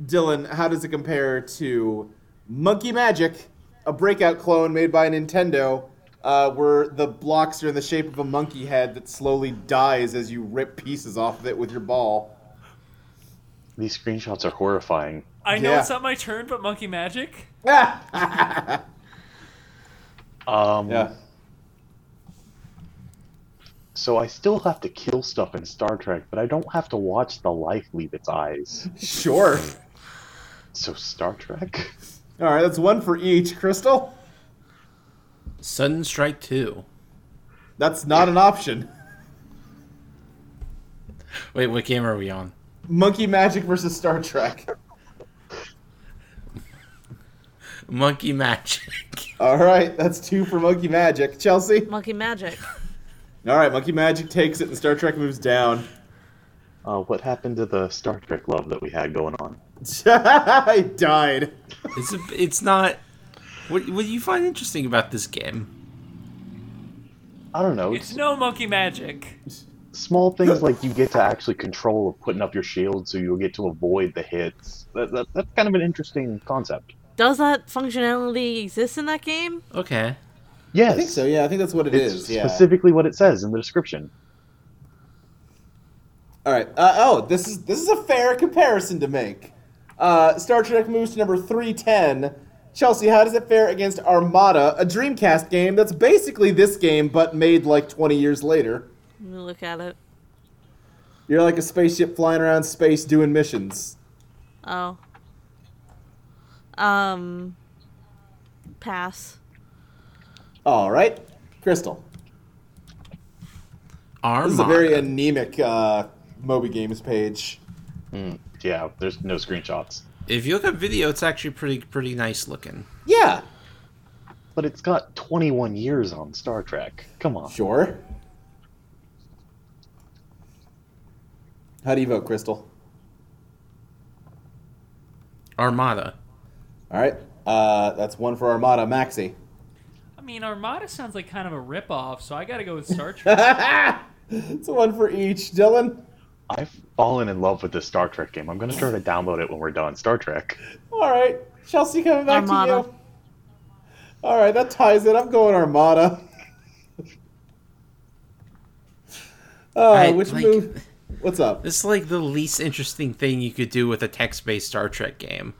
Speaker 2: Dylan, how does it compare to Monkey Magic, a breakout clone made by Nintendo, uh, where the blocks are in the shape of a monkey head that slowly dies as you rip pieces off of it with your ball?
Speaker 6: These screenshots are horrifying.
Speaker 5: I know
Speaker 2: Yeah.
Speaker 5: it's not my turn, but Monkey Magic.
Speaker 6: Um,
Speaker 2: yeah.
Speaker 6: So I still have to kill stuff in Star Trek, but I don't have to watch the life leave its eyes.
Speaker 2: Sure.
Speaker 6: So Star Trek.
Speaker 2: All right, that's one for each. Crystal,
Speaker 4: Sudden Strike 2.
Speaker 2: that's not an option.
Speaker 4: Wait, what game are we on?
Speaker 2: Monkey Magic versus Star Trek.
Speaker 4: Monkey Magic.
Speaker 2: All right, that's two for Monkey Magic. Chelsea.
Speaker 3: Monkey Magic.
Speaker 2: All right, Monkey Magic takes it, and Star Trek moves down.
Speaker 6: Uh, what happened to the Star Trek love that we had going on?
Speaker 2: I died.
Speaker 4: It's a, it's not. What what do you find interesting about this game?
Speaker 6: I don't know.
Speaker 5: It's no monkey magic.
Speaker 6: small things like you get to actually control of putting up your shield so you'll get to avoid the hits. That, that, that's kind of an interesting concept.
Speaker 3: Does that functionality exist in that game?
Speaker 4: Okay.
Speaker 6: Yes.
Speaker 2: I think so. Yeah, I think that's what
Speaker 6: It's specifically what it says in the description.
Speaker 2: All right. Uh, oh, this is this is a fair comparison to make. Uh, Star Trek moves to number three ten. Chelsea, how does it fare against Armada, a Dreamcast game that's basically this game but made like twenty years later?
Speaker 3: Let me look at it.
Speaker 2: You're like a spaceship flying around space doing missions.
Speaker 3: Oh. Um. Pass.
Speaker 2: All right, Crystal. This is a
Speaker 4: Armada.
Speaker 2: very anemic uh, Moby Games page.
Speaker 6: Mm, yeah, there's no screenshots.
Speaker 4: if you look at video, it's actually pretty pretty nice looking.
Speaker 2: Yeah,
Speaker 6: But it's got 21 years on Star Trek. Come on.
Speaker 2: sure. How do you vote, Crystal?
Speaker 4: Armada.
Speaker 2: All right, uh, that's one for Armada, Maxi.
Speaker 5: I mean, Armada sounds like kind of a ripoff, so I gotta go with Star Trek.
Speaker 2: It's one for each, Dylan.
Speaker 6: I've fallen in love with this Star Trek game. I'm going to try to download it when we're done. Star Trek.
Speaker 2: All right, Chelsea coming back to
Speaker 3: Armada.
Speaker 2: you. All right, that ties it. I'm going Armada. Uh,
Speaker 4: I-
Speaker 2: which
Speaker 4: like-
Speaker 2: move? What's up?
Speaker 4: This is like the least interesting thing you could do with a text-based Star Trek game.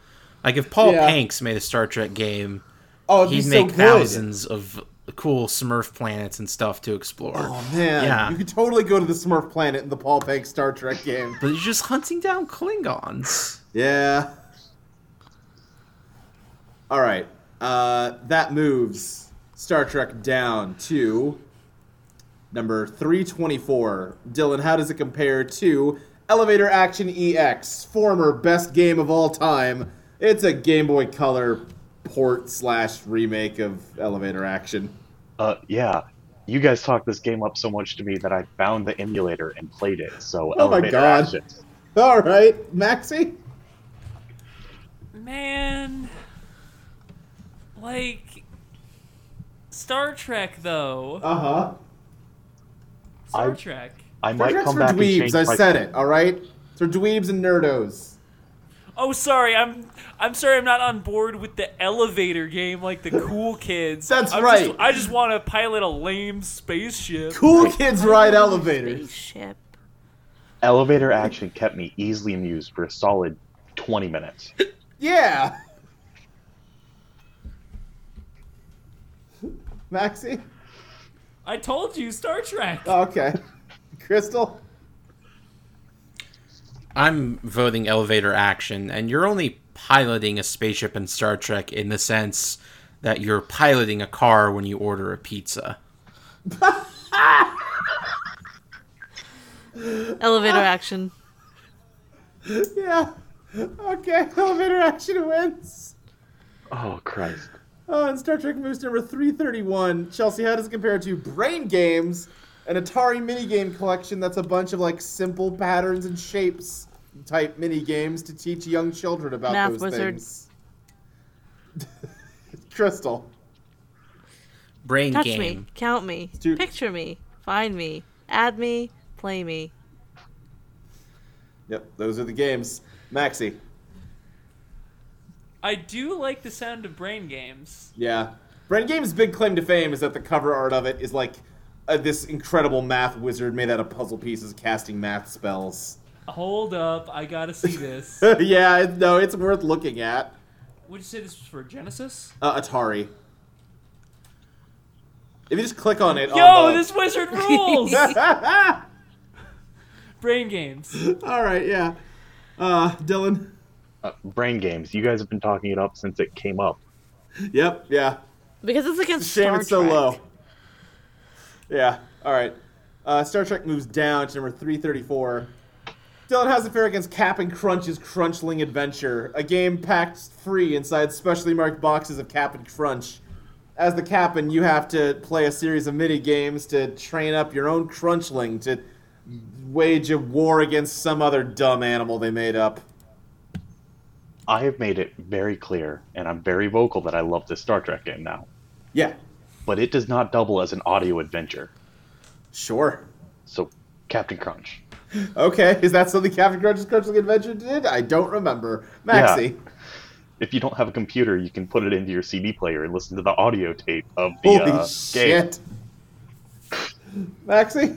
Speaker 4: Like if Paul
Speaker 2: Yeah.
Speaker 4: Panks made a Star Trek game,
Speaker 2: Oh, it'd be
Speaker 4: he'd
Speaker 2: so
Speaker 4: make
Speaker 2: good.
Speaker 4: thousands of cool Smurf planets and stuff to explore.
Speaker 2: Oh man,
Speaker 4: Yeah.
Speaker 2: you could totally go to the Smurf planet in the Paul Pank Star Trek game.
Speaker 4: But you're just hunting down Klingons.
Speaker 2: yeah. All right, uh, that moves Star Trek down to number three twenty-four. Dylan, how does it compare to Elevator Action EX, former best game of all time? It's a Game Boy Color port slash remake of Elevator Action.
Speaker 6: Uh, yeah. You guys talked this game up so much to me that I found the emulator and played it. So,
Speaker 2: Oh my
Speaker 6: elevator
Speaker 2: God.
Speaker 6: action.
Speaker 2: All right, Maxie.
Speaker 5: Man, like Star Trek though.
Speaker 2: Uh huh.
Speaker 5: Star
Speaker 6: I-
Speaker 5: Trek.
Speaker 6: I
Speaker 2: Star
Speaker 6: might
Speaker 2: Trek's
Speaker 6: come
Speaker 2: for
Speaker 6: back and
Speaker 2: dweebs.
Speaker 6: change
Speaker 2: I
Speaker 6: my-
Speaker 2: said it. All right, it's for dweebs and nerdos.
Speaker 5: Oh, sorry. I'm I'm sorry. I'm not on board with the elevator game like the cool kids.
Speaker 2: That's
Speaker 5: I'm
Speaker 2: right.
Speaker 5: Just, I just want to pilot a lame spaceship.
Speaker 2: Cool kids ride elevators.
Speaker 3: Spaceship.
Speaker 6: Elevator action kept me easily amused for a solid 20 minutes.
Speaker 2: Yeah. Maxie.
Speaker 5: I told you, Star Trek.
Speaker 2: Okay. Crystal.
Speaker 4: I'm voting elevator action, and you're only piloting a spaceship in Star Trek in the sense that you're piloting a car when you order a pizza.
Speaker 3: Elevator action.
Speaker 2: Yeah. Okay. Elevator action wins.
Speaker 6: Oh Christ!
Speaker 2: Oh, and Star Trek moves to number 331. Chelsea, how does it compare to Brain Games, an Atari minigame collection that's a bunch of like simple patterns and shapes type minigames to teach young children about
Speaker 3: Math
Speaker 2: those
Speaker 3: wizard.
Speaker 2: things? Crystal.
Speaker 4: Brain
Speaker 3: Touch
Speaker 4: game.
Speaker 3: me. Count me.
Speaker 2: do-
Speaker 3: Picture me. Find me. Add me. Play me.
Speaker 2: Yep, those are the games. Maxie.
Speaker 5: I do like the sound of brain games.
Speaker 2: Yeah. Brain Game's big claim to fame is that the cover art of it is like uh, this incredible math wizard made out of puzzle pieces casting math spells.
Speaker 5: Hold up, I gotta see this.
Speaker 2: yeah, it- no, it's worth looking at.
Speaker 5: Would you say this was for Genesis?
Speaker 2: Uh, Atari. If you just click on it,
Speaker 5: Yo,
Speaker 2: on the-
Speaker 5: this wizard rules!
Speaker 2: All
Speaker 5: brain games.
Speaker 2: right, yeah. Uh, Dylan.
Speaker 6: uh, brain games. You guys have been talking it up since it came up.
Speaker 2: Yep. Yeah.
Speaker 3: Because it's against
Speaker 2: Shame
Speaker 3: Star
Speaker 2: it's so
Speaker 3: Trek.
Speaker 2: low. Yeah. All right. Uh, Star Trek moves down to number 334. Dylan has a fair against Cap and Crunch's Crunchling Adventure, a game packed free inside specially marked boxes of Cap and Crunch. As the Captain, you have to play a series of mini games to train up your own Crunchling to wage a war against some other dumb animal they made up.
Speaker 6: I have made it very clear, and I'm very vocal that I love this Star Trek game now.
Speaker 2: Yeah,
Speaker 6: But it does not double as an audio adventure.
Speaker 2: sure.
Speaker 6: So, Captain Crunch.
Speaker 2: Okay, is that something Captain Crunch's Crunchling Adventure did? I don't remember. Maxie.
Speaker 6: If you don't have a computer, you can put it into your CD player and listen to the audio tape of the
Speaker 2: Holy
Speaker 6: uh, game.
Speaker 2: shit. Maxie?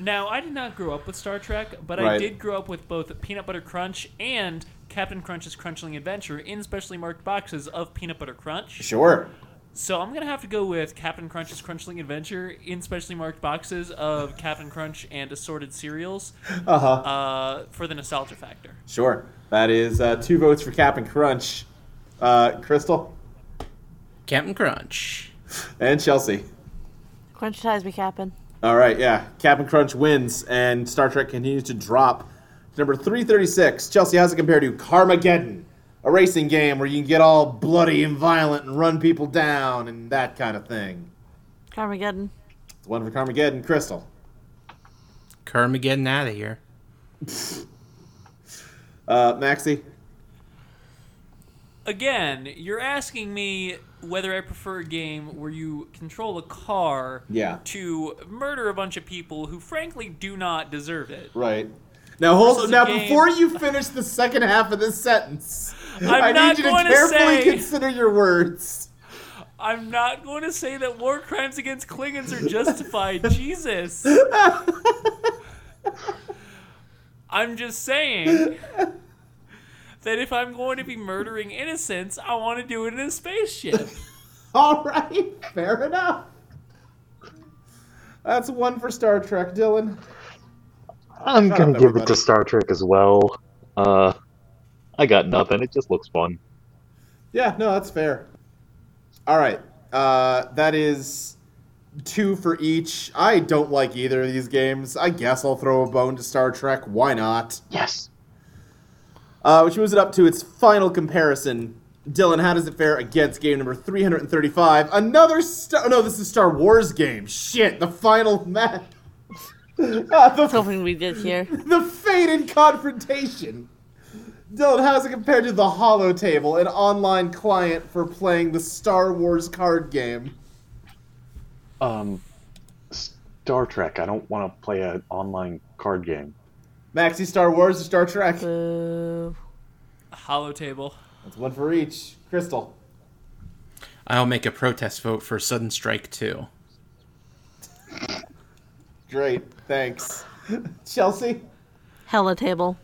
Speaker 5: Now, I did not grow up with Star Trek, but I
Speaker 2: Right.
Speaker 5: did grow up with both Peanut Butter Crunch and Captain Crunch's Crunchling Adventure in specially marked boxes of Peanut Butter Crunch.
Speaker 2: Sure.
Speaker 5: So I'm gonna have to go with Captain Crunch's Crunchling Adventure in specially marked boxes of Captain Crunch and assorted cereals
Speaker 2: Uh-huh.
Speaker 5: uh, for the nostalgia factor.
Speaker 2: Sure. That is uh, two votes for Cap and Crunch. Uh, Crystal
Speaker 4: Captain Crunch.
Speaker 2: and Chelsea.
Speaker 3: Crunch ties me, Captain.
Speaker 2: All right, yeah. Cap and Crunch wins, and Star Trek continues to drop. to Number 336. Chelsea, how's it compare to Carmageddon? A racing game where you can get all bloody and violent and run people down and that kind of thing.
Speaker 3: Carmageddon.
Speaker 2: It's one for Carmageddon. Crystal.
Speaker 4: Carmageddon out of here.
Speaker 2: Uh, Maxie?
Speaker 5: Again, you're asking me whether I prefer a game where you control a car
Speaker 2: Yeah.
Speaker 5: to murder a bunch of people who frankly do not deserve it.
Speaker 2: Right. Now hold
Speaker 5: Versus
Speaker 2: now
Speaker 5: a game.
Speaker 2: before you finish the second half of this sentence. i
Speaker 5: not
Speaker 2: need you
Speaker 5: going
Speaker 2: to
Speaker 5: to
Speaker 2: carefully
Speaker 5: say-
Speaker 2: consider your words.
Speaker 5: I'm not going to say that war crimes against Klingons are justified. Jesus. I'm just saying that if I'm going to be murdering innocents, I want to do it in a spaceship.
Speaker 2: All right, fair enough. That's one for Star Trek, Dylan.
Speaker 6: I'm
Speaker 2: Shut
Speaker 6: gonna
Speaker 2: up,
Speaker 6: give it
Speaker 2: everybody.
Speaker 6: to Star Trek as well. Uh, I got nothing. It just looks fun.
Speaker 2: Yeah, no, that's fair. All right, uh, that is two for each. I don't like either of these games. I guess I'll throw a bone to Star Trek. Why not?
Speaker 6: Yes.
Speaker 2: Uh, which moves it up to its final comparison. Dylan, how does it fare against game number 335? Another Star. No, this is Star Wars game. Shit, the final match. Ah, the
Speaker 3: That's hoping we did here.
Speaker 2: the fated confrontation. Dylan, how's it compared to the Hollow Table, an online client for playing the Star Wars card game?
Speaker 6: Um, Star Trek. I don't want to play an online card game.
Speaker 2: Maxi Star Wars or Star Trek?
Speaker 3: Boo.
Speaker 5: Hollow table.
Speaker 2: That's one for each. Crystal.
Speaker 4: I'll make a protest vote for Sudden Strike 2.
Speaker 2: Great, thanks. Chelsea?
Speaker 3: Hella table.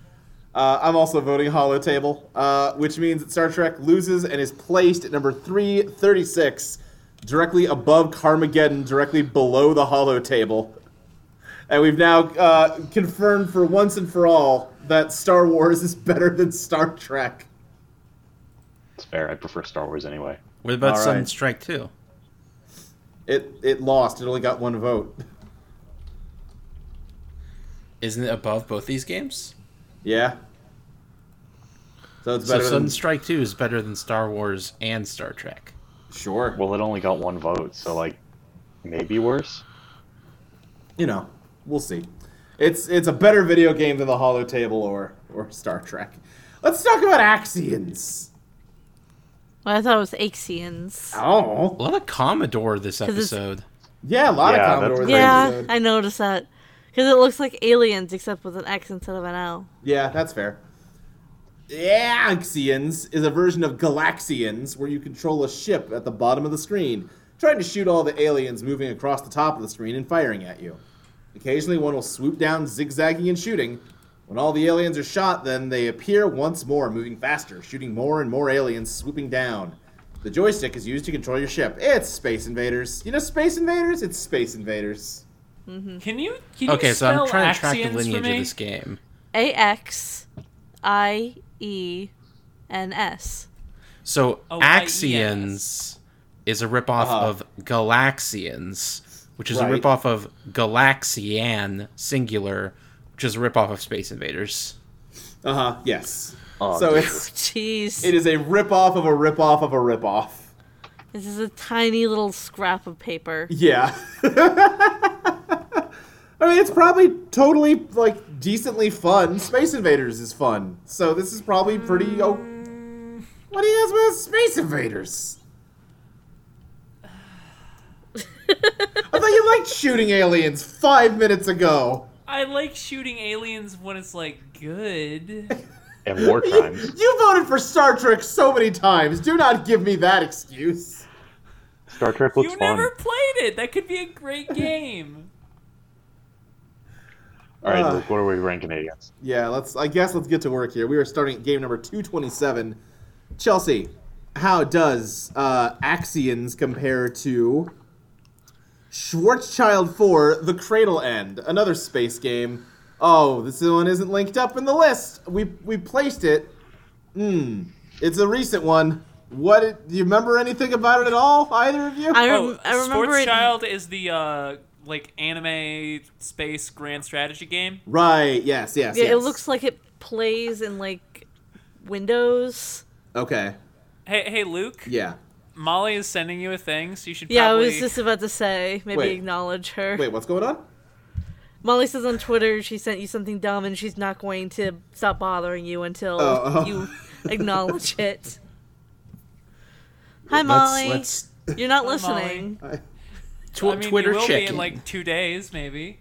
Speaker 2: Uh, I'm also voting Hollow Table, uh, which means that Star Trek loses and is placed at number 336, directly above Carmageddon, directly below the Hollow Table. And we've now uh, confirmed for once and for all that Star Wars is better than Star Trek.
Speaker 6: It's fair. I prefer Star Wars anyway.
Speaker 4: What about
Speaker 2: All
Speaker 4: Sudden
Speaker 2: right.
Speaker 4: Strike 2?
Speaker 2: It it lost. It only got one vote.
Speaker 4: Isn't it above both these games?
Speaker 2: Yeah. So it's
Speaker 4: So
Speaker 2: better
Speaker 4: Sudden
Speaker 2: than
Speaker 4: Strike 2 is better than Star Wars and Star Trek.
Speaker 2: sure. Well,
Speaker 6: Well, it only got one vote, so like maybe worse.
Speaker 2: you know, we'll see. It's it's a better video game than the Hollow Table or or Star Trek. Let's talk about Axions.
Speaker 3: Well, I thought it was Axians.
Speaker 2: Oh,
Speaker 4: A lot of Commodore this
Speaker 3: it's-
Speaker 4: episode.
Speaker 2: yeah, a lot
Speaker 6: Yeah,
Speaker 2: of Commodore.
Speaker 6: that's
Speaker 2: this
Speaker 3: Yeah,
Speaker 2: episode.
Speaker 3: I noticed that. Because it looks like aliens, except with an X instead of an L.
Speaker 2: Yeah, that's fair. Axions is a version of Galaxians where you control a ship at the bottom of the screen, trying to shoot all the aliens moving across the top of the screen and firing at you. Occasionally, one will swoop down, zigzagging and shooting. When all the aliens are shot, then they appear once more, moving faster, shooting more and more aliens, swooping down. The joystick is used to control your ship. It's Space Invaders. You know Space Invaders? It's Space Invaders.
Speaker 5: Can you can you
Speaker 4: Okay, so I'm
Speaker 5: spell
Speaker 4: trying to track the
Speaker 5: Axians for
Speaker 4: lineage of
Speaker 5: me?
Speaker 4: this game.
Speaker 3: A X I E, and S.
Speaker 4: So
Speaker 5: Oh,
Speaker 4: Axions is a ripoff
Speaker 2: Uh-huh.
Speaker 4: of Galaxians, which is a
Speaker 2: Right.
Speaker 4: ripoff of Galaxian singular, which is a ripoff of Space Invaders.
Speaker 2: Uh huh. Yes.
Speaker 6: Oh,
Speaker 2: so
Speaker 6: dear.
Speaker 2: it's
Speaker 3: Jeez,
Speaker 2: it is a ripoff of a ripoff of a ripoff.
Speaker 3: this is a tiny little scrap of paper.
Speaker 2: Yeah. I mean, it's probably totally like decently fun. Space Invaders is fun, so this is probably pretty. Oh, what do you guys want? Space Invaders. I thought you liked shooting aliens five minutes ago.
Speaker 5: I like shooting aliens when it's like good.
Speaker 6: and war crimes.
Speaker 2: You voted for Star Trek so many times. Do not give me that excuse.
Speaker 6: Star Trek looks
Speaker 5: you
Speaker 6: fun.
Speaker 5: never played it. That could be a great game.
Speaker 6: All right,
Speaker 2: Ugh.
Speaker 6: Luke, what are we ranking it against?
Speaker 2: Yeah, let's. I guess let's get to work here. We are starting at game number two twenty-seven. Chelsea, how does uh, Axions compare to Schwarzschild Four: The Cradle End, another space game? Oh, this one isn't linked up in the list. We we placed it. Hmm, it's a recent one. What it- do you remember anything about it at all? Either of you?
Speaker 3: I, rem-
Speaker 5: Oh,
Speaker 3: I remember
Speaker 5: Sports
Speaker 3: it.
Speaker 5: Child is the uh, like anime space grand strategy game.
Speaker 2: right. Yes. Yes.
Speaker 3: Yeah,
Speaker 2: yes.
Speaker 3: it looks like it plays in like Windows.
Speaker 2: okay.
Speaker 5: Hey, hey, Luke.
Speaker 2: Yeah.
Speaker 5: Molly is sending you a thing, so you should.
Speaker 3: Yeah,
Speaker 5: probably...
Speaker 3: I was just about to say. Maybe
Speaker 2: Wait.
Speaker 3: acknowledge her.
Speaker 2: Wait, what's going on?
Speaker 3: Molly says on Twitter she sent you something dumb and she's not going to stop bothering you until
Speaker 2: Oh, oh.
Speaker 3: you acknowledge it. Hi,
Speaker 4: Let's-
Speaker 3: Molly.
Speaker 4: let's
Speaker 3: You're not
Speaker 5: Molly.
Speaker 3: listening.
Speaker 2: I-
Speaker 4: tw-
Speaker 5: I mean, you
Speaker 4: Twitter
Speaker 5: will be
Speaker 4: chicken.
Speaker 5: in like two days, maybe.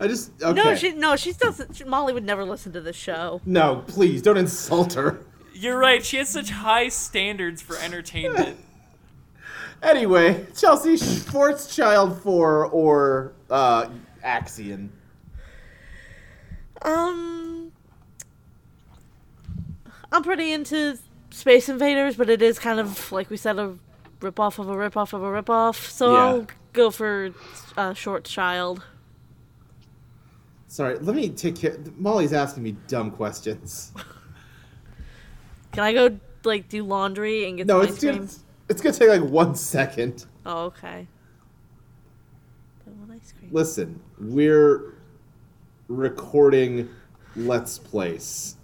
Speaker 2: I just okay.
Speaker 3: No, she no, she doesn't. she- Molly would never listen to this show.
Speaker 2: No, please don't insult her.
Speaker 5: You're right. She has such high standards for entertainment.
Speaker 2: Anyway, Chelsea Schwarzschild four or uh, Axion.
Speaker 3: Um, I'm pretty into Space Invaders, but it is kind of like we said a ripoff of a ripoff of a ripoff. So
Speaker 2: Yeah.
Speaker 3: I'll go for uh, Short Child.
Speaker 2: Sorry, let me take care. Molly's asking me dumb questions.
Speaker 3: Can I go like do laundry and get
Speaker 2: No,
Speaker 3: some
Speaker 2: it's
Speaker 3: ice cream?
Speaker 2: gonna, it's gonna take like one second.
Speaker 3: Oh, okay. I want ice cream.
Speaker 2: Listen, we're recording Let's Place.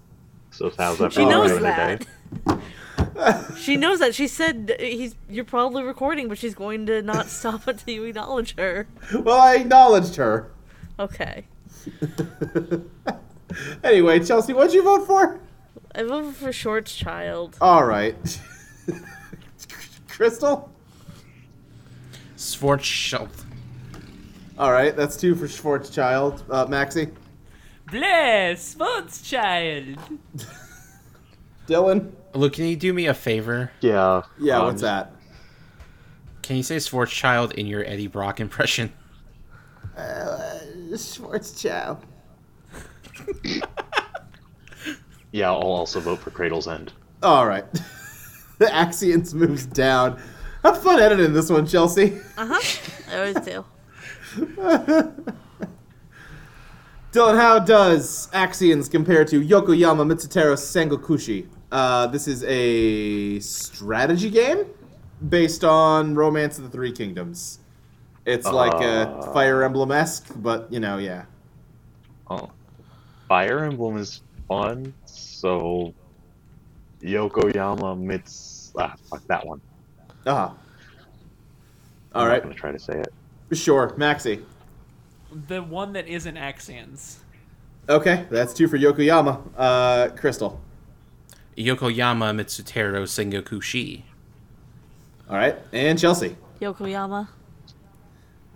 Speaker 6: So how's that
Speaker 3: She
Speaker 2: Oh,
Speaker 6: for
Speaker 3: knows
Speaker 6: doing
Speaker 3: that.
Speaker 6: today?
Speaker 3: she knows that. She said uh, he's you're probably recording, but she's going to not stop until you acknowledge her.
Speaker 2: Well, I acknowledged her.
Speaker 3: Okay.
Speaker 2: Anyway, Chelsea, what'd you vote for?
Speaker 3: I voted for Shorts Child.
Speaker 2: All right, Crystal.
Speaker 4: Schwarzschild.
Speaker 2: All right, that's two for Schwarzschild. Uh, Maxie,
Speaker 5: Bless sports child.
Speaker 2: Dylan.
Speaker 4: Luke, can you do me a favor?
Speaker 6: Yeah.
Speaker 2: Yeah,
Speaker 6: um,
Speaker 2: what's that?
Speaker 4: Can you say Schwarzschild in your Eddie Brock impression?
Speaker 2: Schwarzschild.
Speaker 6: Yeah, I'll also vote for Cradle's End.
Speaker 2: All right. the Axions moves down. Have fun editing this one, Chelsea.
Speaker 3: Uh huh. I always do.
Speaker 2: Dylan, how does Axions compare to Yokoyama Mitsutero Sengokushi? Uh, this is a strategy game based on Romance of the Three Kingdoms. It's like a
Speaker 6: Uh.
Speaker 2: Fire Emblem esque, but you know, yeah.
Speaker 6: Oh. Fire Emblem is fun, so Yokoyama Mits. Ah, fuck that one.
Speaker 2: Uh-huh.
Speaker 6: I'm
Speaker 2: All
Speaker 6: not
Speaker 2: right,
Speaker 6: gonna try to say it.
Speaker 2: sure, Maxi.
Speaker 5: The one that isn't accents.
Speaker 2: Okay, that's two for Yokoyama. Uh, Crystal.
Speaker 4: Yokoyama Mitsutero Sengokushi.
Speaker 2: All right, and Chelsea.
Speaker 3: Yokoyama.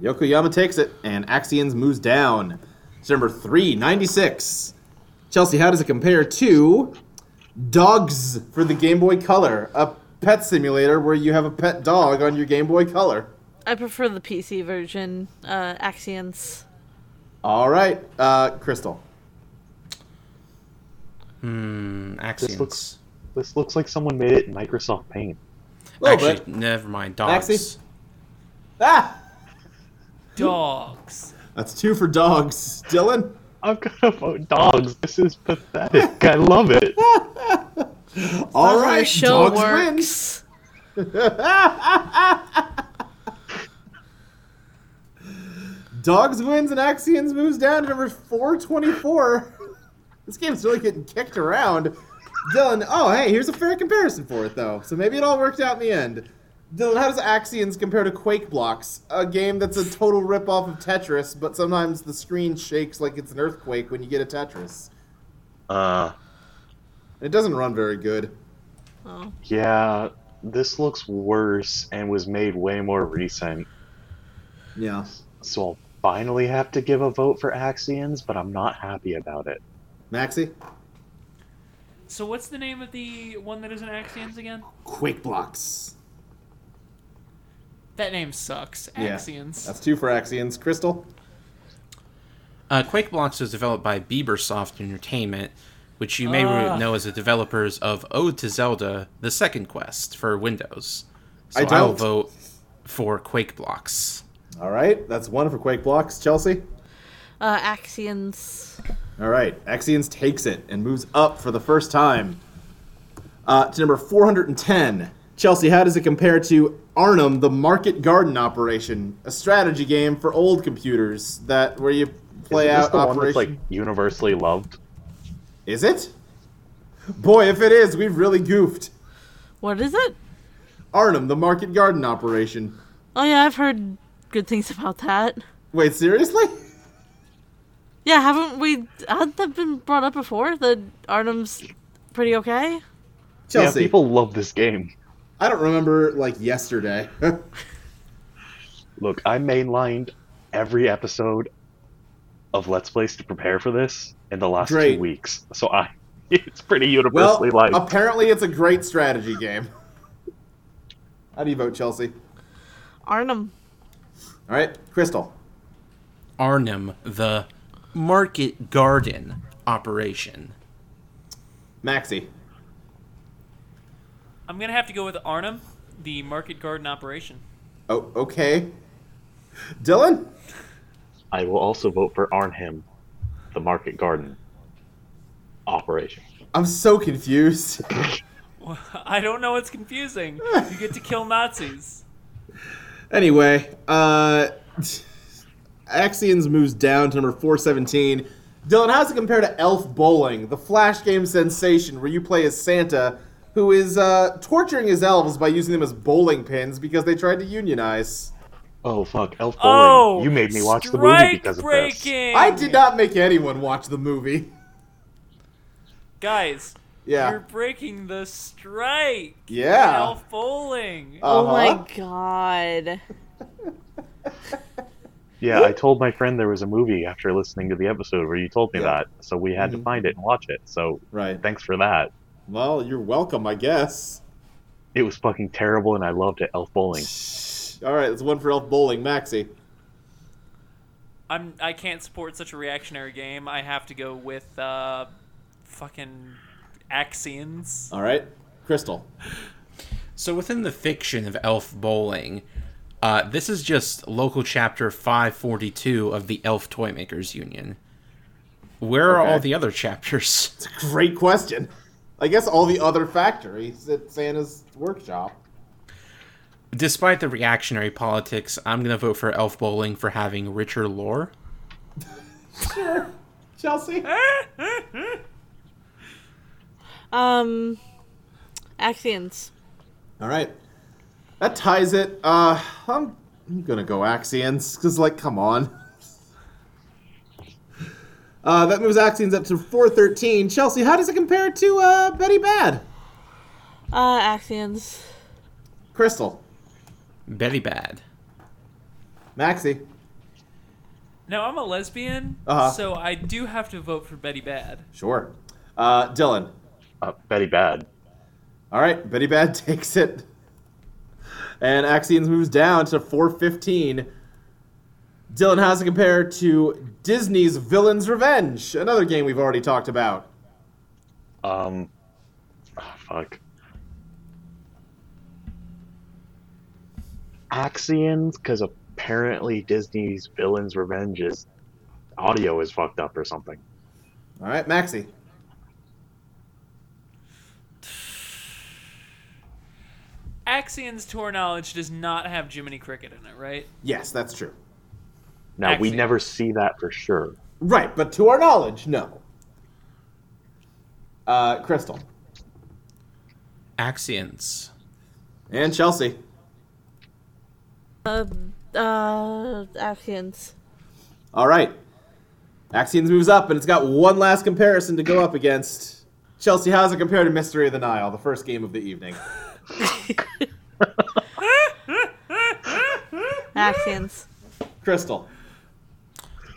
Speaker 2: Yokoyama takes it, and Axions moves down. It's number 396. Chelsea, how does it compare to Dogs for the Game Boy Color, a pet simulator where you have a pet dog on your Game Boy Color?
Speaker 3: I prefer the PC version. Uh, Axions.
Speaker 2: All right, uh, Crystal.
Speaker 4: Hmm, Axions.
Speaker 6: looks- This looks like someone made it in Microsoft Paint.
Speaker 2: little
Speaker 4: Actually, never mind. Dogs.
Speaker 2: Maxi? Ah!
Speaker 5: Dogs.
Speaker 2: That's two for dogs. Dylan?
Speaker 6: I'm gonna vote dogs. This is pathetic. I love it.
Speaker 3: That's
Speaker 2: All
Speaker 3: how
Speaker 2: right,
Speaker 3: the show
Speaker 2: dogs win.
Speaker 3: works.
Speaker 2: Dogs wins and Axions moves down to number 424. this game's really getting kicked around. Dylan, oh, hey, here's a fair comparison for it, though. So maybe it all worked out in the end. Dylan, how does Axions compare to Quake Blocks, a game that's a total ripoff of Tetris, but sometimes the screen shakes like it's an earthquake when you get a Tetris?
Speaker 6: Uh,
Speaker 2: It doesn't run very good.
Speaker 3: Oh.
Speaker 6: yeah, this looks worse and was made way more recent.
Speaker 2: Yeah.
Speaker 6: So I'll finally have to give a vote for Axions, but I'm not happy about it.
Speaker 2: Maxi?
Speaker 5: So what's the name of the one that isn't Axions again?
Speaker 2: Quake Blocks.
Speaker 5: That name sucks.
Speaker 2: Yeah.
Speaker 5: Axions.
Speaker 2: That's two for Axions. Crystal?
Speaker 4: Uh, Quake Blocks was developed by Biebersoft Entertainment, which you may re-
Speaker 5: Ah.
Speaker 4: know as the developers of Ode to Zelda: The Second Quest for Windows. So
Speaker 2: I
Speaker 4: I'll
Speaker 2: don't.
Speaker 4: vote for Quake Blocks.
Speaker 2: All right. That's one for Quake Blocks. Chelsea?
Speaker 3: Uh, Axions.
Speaker 2: All right, Axions takes it and moves up for the first time uh, to number 410. Chelsea, how does it compare to Arnhem, the Market Garden Operation, a strategy game for old computers that where you play
Speaker 6: Isn't this
Speaker 2: out
Speaker 6: the
Speaker 2: operation?
Speaker 6: one that's like universally loved?
Speaker 2: Is it? Boy, if it is, we've really goofed.
Speaker 3: What is it?
Speaker 2: Arnhem, the Market Garden Operation.
Speaker 3: Oh yeah, I've heard good things about that.
Speaker 2: Wait, seriously?
Speaker 3: Yeah, haven't we? Hadn't that been brought up before? That Arnhem's pretty okay.
Speaker 2: Chelsea,
Speaker 6: Yeah, people love this game.
Speaker 2: I don't remember like yesterday.
Speaker 6: Look, I mainlined every episode of Let's Plays to prepare for this in the last
Speaker 2: Great.
Speaker 6: two weeks. So I it's pretty
Speaker 2: well,
Speaker 6: universally liked.
Speaker 2: apparently it's a great strategy game. How do you vote, Chelsea?
Speaker 3: Arnhem.
Speaker 2: All right, Crystal.
Speaker 4: Arnhem, the Market Garden operation.
Speaker 2: Maxi.
Speaker 5: I'm gonna have to go with Arnhem, the Market Garden Operation.
Speaker 2: Oh, okay. Dylan?
Speaker 6: I will also vote for Arnhem, the Market Garden operation.
Speaker 2: I'm so confused.
Speaker 5: I don't know what's confusing. You get to kill Nazis.
Speaker 2: Anyway, uh Axions moves down to number 417. Dylan, how's it compare to Elf Bowling, the flash game sensation where you play as Santa who is uh, torturing his elves by using them as bowling pins because they tried to unionize?
Speaker 6: Oh fuck, Elf Bowling.
Speaker 5: Oh,
Speaker 6: you made me watch the
Speaker 5: strike
Speaker 6: movie because of this.
Speaker 5: breaking.
Speaker 2: I did not make anyone watch the movie.
Speaker 5: Guys, you're
Speaker 2: Yeah.
Speaker 5: breaking the strike.
Speaker 2: Yeah.
Speaker 5: Elf bowling.
Speaker 6: Uh,
Speaker 3: Oh
Speaker 2: Uh-huh.
Speaker 3: my god.
Speaker 6: Yeah, I told my friend there was a movie after listening to the episode where you told me
Speaker 2: Yeah.
Speaker 6: that, so we had
Speaker 2: Mhm.
Speaker 6: to find it and watch it. So
Speaker 2: Right.
Speaker 6: thanks for that.
Speaker 2: Well, you're welcome, I guess.
Speaker 6: It was fucking terrible, and I loved it. Elf Bowling.
Speaker 2: All right, that's one for Elf Bowling. Maxi.
Speaker 5: I'm. I can't support such a reactionary game. I have to go with uh, fucking Axions.
Speaker 2: All right, Crystal.
Speaker 4: So within the fiction of Elf Bowling, uh, this is just local chapter 542 of the Elf Toymakers Union. Where are
Speaker 2: Okay.
Speaker 4: all the other chapters?
Speaker 2: Great question. I guess all the other factories at Santa's workshop.
Speaker 4: Despite the reactionary politics, I'm going to vote for Elf Bowling for having richer lore.
Speaker 2: Sure. Chelsea?
Speaker 3: Um, Axions.
Speaker 2: All right. That ties it. Uh, I'm, I'm going to go Axions, because, like, come on. Uh, that moves Axions up to 413. Chelsea, how does it compare to uh, Betty Bad?
Speaker 3: Uh, Axions.
Speaker 2: Crystal,
Speaker 4: Betty Bad.
Speaker 2: Maxie,
Speaker 5: Now I'm a lesbian,
Speaker 2: Uh-huh.
Speaker 5: so I do have to vote for Betty Bad.
Speaker 2: sure. Uh, Dylan,
Speaker 6: Uh, Betty Bad.
Speaker 2: All right, Betty Bad takes it. And Axions moves down to 415. Dylan, how's it compare to Disney's Villain's Revenge? Another game we've already talked about.
Speaker 6: Um, oh, fuck. Axions, because apparently Disney's Villain's Revenge is audio is fucked up or something.
Speaker 2: All right, Maxie.
Speaker 5: Axion's to our knowledge does not have Jiminy Cricket in it, right?
Speaker 2: Yes, that's true.
Speaker 6: Now we
Speaker 5: Axiom.
Speaker 6: never see that for sure.
Speaker 2: Right, but to our knowledge, no. Uh, Crystal
Speaker 4: Axions.
Speaker 2: and Chelsea.
Speaker 3: Uh, Axions.
Speaker 2: All right. Axions moves up, and it's got one last comparison to go up against. Chelsea, how's it compared to Mystery of the Nile, the first game of the evening?
Speaker 3: Axions.
Speaker 2: Crystal,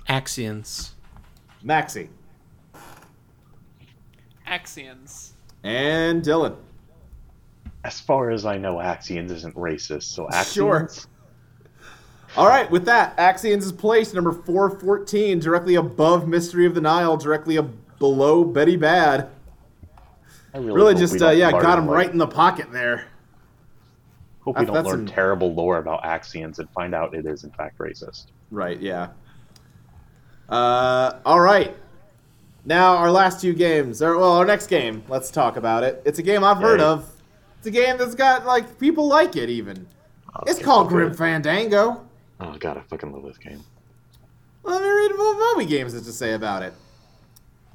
Speaker 4: Axions.
Speaker 2: Maxie,
Speaker 5: Axion's.
Speaker 2: and Dylan.
Speaker 6: As far as I know, Axions isn't racist, so Axions.
Speaker 2: Sure. All right, with that, Axions is placed number 414, directly above Mystery of the Nile, directly ab- below Betty Bad.
Speaker 6: I really,
Speaker 2: Really
Speaker 6: hope we
Speaker 2: just, uh,
Speaker 6: don't
Speaker 2: yeah,
Speaker 6: learn,
Speaker 2: got him
Speaker 6: like-
Speaker 2: right in the pocket there.
Speaker 6: Hope
Speaker 2: That-
Speaker 6: we don't
Speaker 2: that's
Speaker 6: learn
Speaker 2: an-
Speaker 6: terrible lore about Axions and find out it is in fact racist.
Speaker 2: Right, yeah. Uh, all right. Now, our last two games, or well, our next game, let's talk about it. It's a game I've heard
Speaker 6: Yay.
Speaker 2: of. It's a game that's got, like, people like it even. It's
Speaker 6: Okay,
Speaker 2: called
Speaker 6: okay.
Speaker 2: Grim Fandango.
Speaker 6: Oh god, I fucking love this game.
Speaker 2: Let me read what Moby Games has to say about it.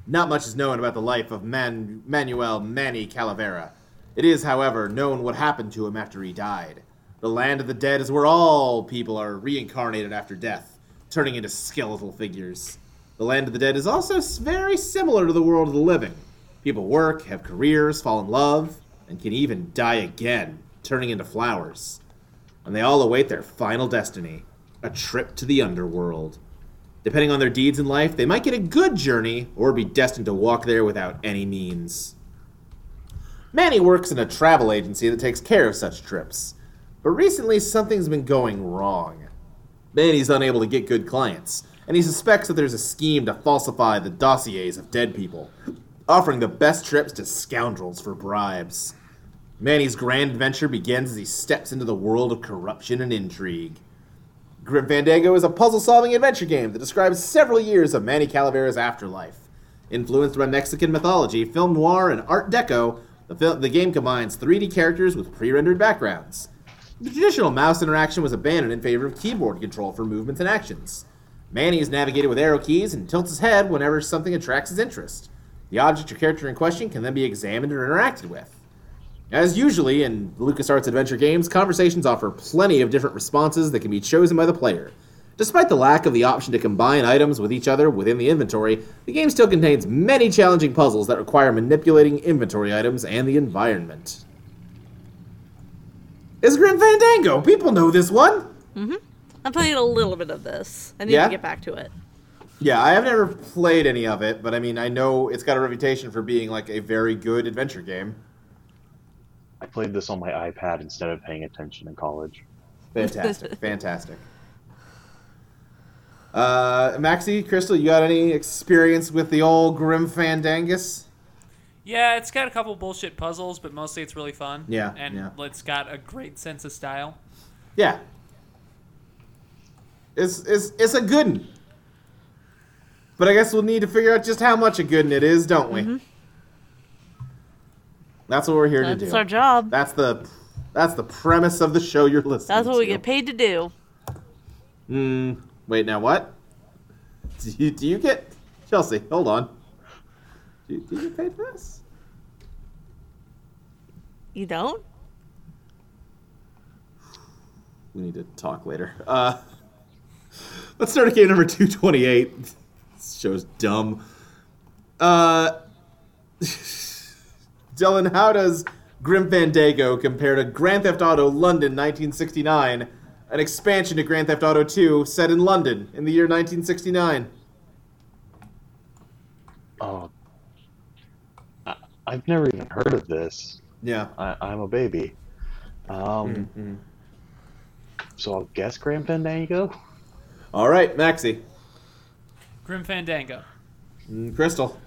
Speaker 2: Not much is known about the life of Man- Manuel Manny Calavera. It is, however, known what happened to him after he died. The land of the dead is where all people are reincarnated after death, turning into skeletal figures. The land of the dead is also s- very similar to the world of the living. People work, have careers, fall in love, and can even die again, turning into flowers. And they all await their final destiny a trip to the underworld. Depending on their deeds in life, they might get a good journey or be destined to walk there without any means. Manny works in a travel agency that takes care of such trips, but recently something's been going wrong. Manny's unable to get good clients, and he suspects that there's a scheme to falsify the dossiers of dead people, offering the best trips to scoundrels for bribes. Manny's grand adventure begins as he steps into the world of corruption and intrigue. Grim Fandango is a puzzle-solving adventure game that describes several years of Manny Calavera's afterlife. Influenced by Mexican mythology, film noir, and Art Deco, the, fil- the game combines 3D characters with pre-rendered backgrounds. The traditional mouse interaction was abandoned in favor of keyboard control for movements and actions. Manny is navigated with arrow keys and tilts his head whenever something attracts his interest. The object or character in question can then be examined or interacted with. As usually in LucasArts adventure games, conversations offer plenty of different responses that can be chosen by the player. Despite the lack of the option to combine items with each other within the inventory, the game still contains many challenging puzzles that require manipulating inventory items and the environment. It's Grim Fandango! People know this one!
Speaker 3: I'm playing a little bit of this. I need
Speaker 2: Yeah?
Speaker 3: to get back to it.
Speaker 2: Yeah, I have never played any of it, but I mean, I know it's got a reputation for being like a very good adventure game.
Speaker 6: I played this on my iPad instead of paying attention in college.
Speaker 2: Fantastic. fantastic. Uh, Maxie, Crystal, you got any experience with the old Grim Fandangus?
Speaker 5: Yeah, it's got a couple bullshit puzzles, but mostly it's really fun.
Speaker 2: Yeah,
Speaker 5: and
Speaker 2: yeah.
Speaker 5: it's got a great sense of style.
Speaker 2: Yeah. It's, it's, it's a good one. But I guess we'll need to figure out just how much a good one it is, don't
Speaker 3: Mm-hmm.
Speaker 2: we? That's what we're here to
Speaker 3: That's
Speaker 2: do.
Speaker 3: our job.
Speaker 2: That's the that's the premise of the show you're listening
Speaker 3: That's what we
Speaker 2: to.
Speaker 3: get paid to do.
Speaker 2: Mm, wait, now what? Do you, do you get Chelsea? Hold on. Do, you- do you get paid for this?
Speaker 3: You don't?
Speaker 2: We need to talk later. Uh, let's start at game number two twenty eight. This show's dumb. Uh, Dylan, how does Grim Fandango compare to Grand Theft Auto London nineteen sixty nine, an expansion to Grand Theft Auto two set in London in the year nineteen sixty nine?
Speaker 6: Oh, I, I've never even heard of this.
Speaker 2: Yeah.
Speaker 6: I, I'm a baby. Um, so I'll guess Grand Fandango.
Speaker 2: All right, Maxie,
Speaker 5: Grim Fandango.
Speaker 2: Mm, Crystal.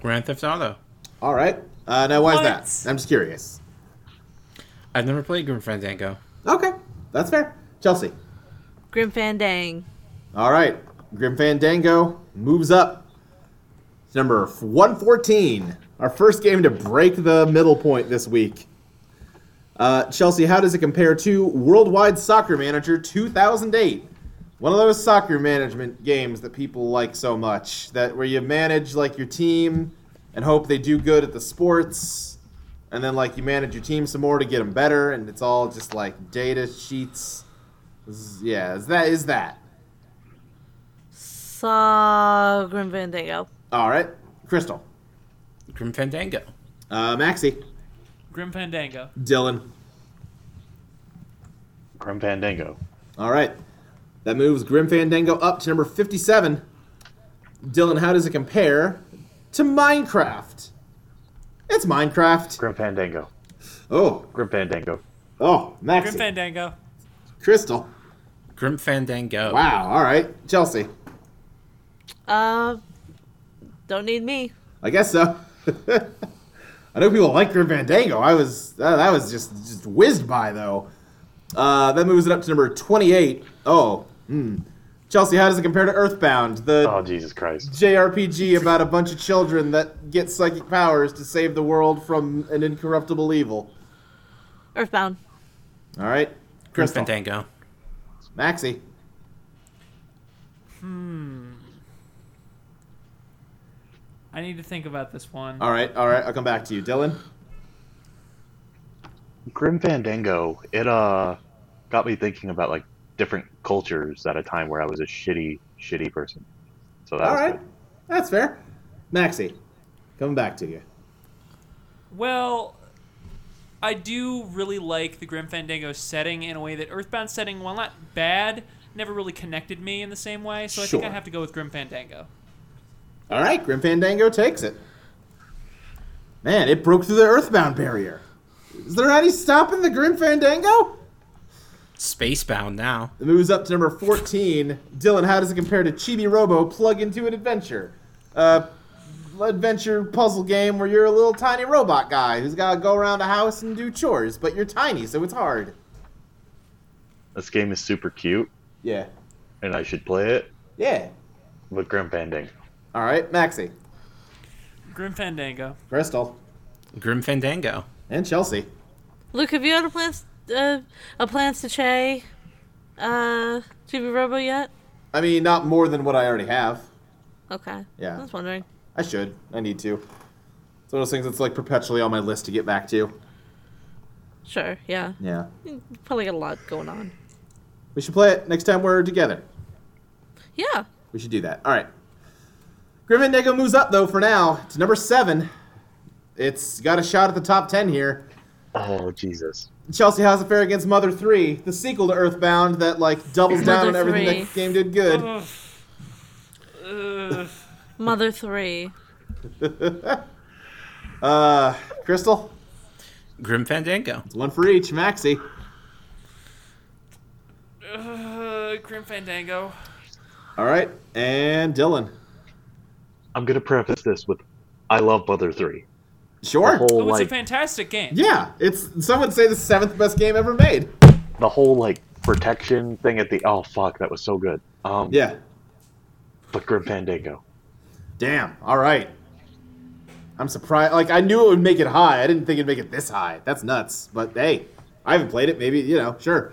Speaker 4: Grand Theft Auto.
Speaker 2: All right. Uh, now, why is
Speaker 5: What?
Speaker 2: that? I'm just curious.
Speaker 4: I've never played Grim Fandango.
Speaker 2: Okay, that's fair. Chelsea.
Speaker 3: Grim Fandang.
Speaker 2: All right. Grim Fandango moves up. It's number 114. Our first game to break the middle point this week. Uh, Chelsea, how does it compare to Worldwide Soccer Manager 2008? One of those soccer management games that people like so much, that where you manage like your team and hope they do good at the sports, and then like you manage your team some more to get them better, and it's all just like data sheets. This is- Yeah, is that is that?
Speaker 3: Saw Grim Fandango.
Speaker 2: All right, Crystal,
Speaker 4: Grim Fandango.
Speaker 2: uh, Maxie,
Speaker 5: Grim Fandango.
Speaker 2: Dylan.
Speaker 6: Grim Fandango.
Speaker 2: All right, that moves Grim Fandango up to number fifty-seven. Dylan, how does it compare to Minecraft? It's Minecraft.
Speaker 6: Grim Fandango.
Speaker 2: Oh,
Speaker 6: Grim Fandango.
Speaker 2: oh,
Speaker 5: Grim
Speaker 2: Maxie,
Speaker 5: Fandango.
Speaker 2: Crystal.
Speaker 4: Grim Fandango.
Speaker 2: Wow. All right, Chelsea.
Speaker 3: Uh, don't need me.
Speaker 2: I guess so. I know people like Grim Fandango. I was that, that was just just whizzed by though. Uh, that moves it up to number twenty-eight. Oh, hmm. Chelsea, how does it compare to Earthbound, the
Speaker 6: Oh Jesus Christ.
Speaker 2: JRPG about a bunch of children that get psychic powers to save the world from an incorruptible evil?
Speaker 3: Earthbound.
Speaker 2: All right,
Speaker 4: Grim
Speaker 2: Crystal,
Speaker 4: Fandango.
Speaker 2: Maxie,
Speaker 5: I need to think about this one.
Speaker 2: All right, all right. I'll come back to you, Dylan.
Speaker 6: Grim Fandango. It uh got me thinking about like different cultures at a time where I was a shitty, shitty person. So that
Speaker 2: All
Speaker 6: was
Speaker 2: right,
Speaker 6: good.
Speaker 2: that's fair. Maxie, coming back to you.
Speaker 5: Well, I do really like the Grim Fandango setting in a way that Earthbound setting, while not bad, never really connected me in the same way. So I think
Speaker 2: Sure.
Speaker 5: I have to go with Grim Fandango.
Speaker 2: All right, Grim Fandango takes it. Man, it broke through the Earthbound barrier. Is there any stopping the Grim Fandango?
Speaker 4: Spacebound now.
Speaker 2: It moves up to number 14. Dylan, how does it compare to Chibi Robo Plug into an Adventure? Uh, adventure puzzle game where you're a little tiny robot guy who's got to go around a house and do chores, but you're tiny, so it's hard.
Speaker 6: This game is super cute
Speaker 2: Yeah.
Speaker 6: and I should play it
Speaker 2: Yeah.
Speaker 6: with Grim Fandango.
Speaker 2: All right, Maxie,
Speaker 5: Grim Fandango.
Speaker 2: Crystal,
Speaker 4: Grim Fandango.
Speaker 2: and Chelsea.
Speaker 3: Luke, have you had a plans uh, a plans to Che, uh, Chibi Robo yet?
Speaker 2: I mean, not more than what I already have.
Speaker 3: Okay.
Speaker 2: Yeah.
Speaker 3: I was wondering.
Speaker 2: I should. I need to. It's one of those things that's like perpetually on my list to get back to.
Speaker 3: Sure. Yeah.
Speaker 2: Yeah.
Speaker 3: You Probably got a lot going on.
Speaker 2: We should play it next time we're together.
Speaker 3: Yeah.
Speaker 2: We should do that. All right. Grim and Dago moves up though for now to number seven. It's got a shot at the top ten here.
Speaker 6: Oh Jesus.
Speaker 2: Chelsea House Affair against Mother Three, the sequel to Earthbound that like doubles down
Speaker 3: Mother
Speaker 2: on everything
Speaker 3: Three.
Speaker 2: that game
Speaker 3: Mm-hmm.
Speaker 2: did good.
Speaker 5: Ugh. Ugh.
Speaker 3: Mother three.
Speaker 2: Uh, Crystal,
Speaker 4: Grim Fandango.
Speaker 2: it's one for each. Maxie,
Speaker 5: Ugh. Grim Fandango.
Speaker 2: all right, and Dylan.
Speaker 6: I'm gonna preface this with I love Mother Three. The
Speaker 2: Sure.
Speaker 6: whole
Speaker 5: Oh, it's a
Speaker 6: like
Speaker 5: fantastic game.
Speaker 2: yeah, it's some would say the seventh best game ever made.
Speaker 6: the whole like protection thing at the oh fuck, that was so good. Um
Speaker 2: Yeah.
Speaker 6: but Grim Fandango.
Speaker 2: Damn. All right. I'm surprised. Like I knew it would make it high. I didn't think it'd make it this high. That's nuts. But hey, I haven't played it. Maybe you know. Sure.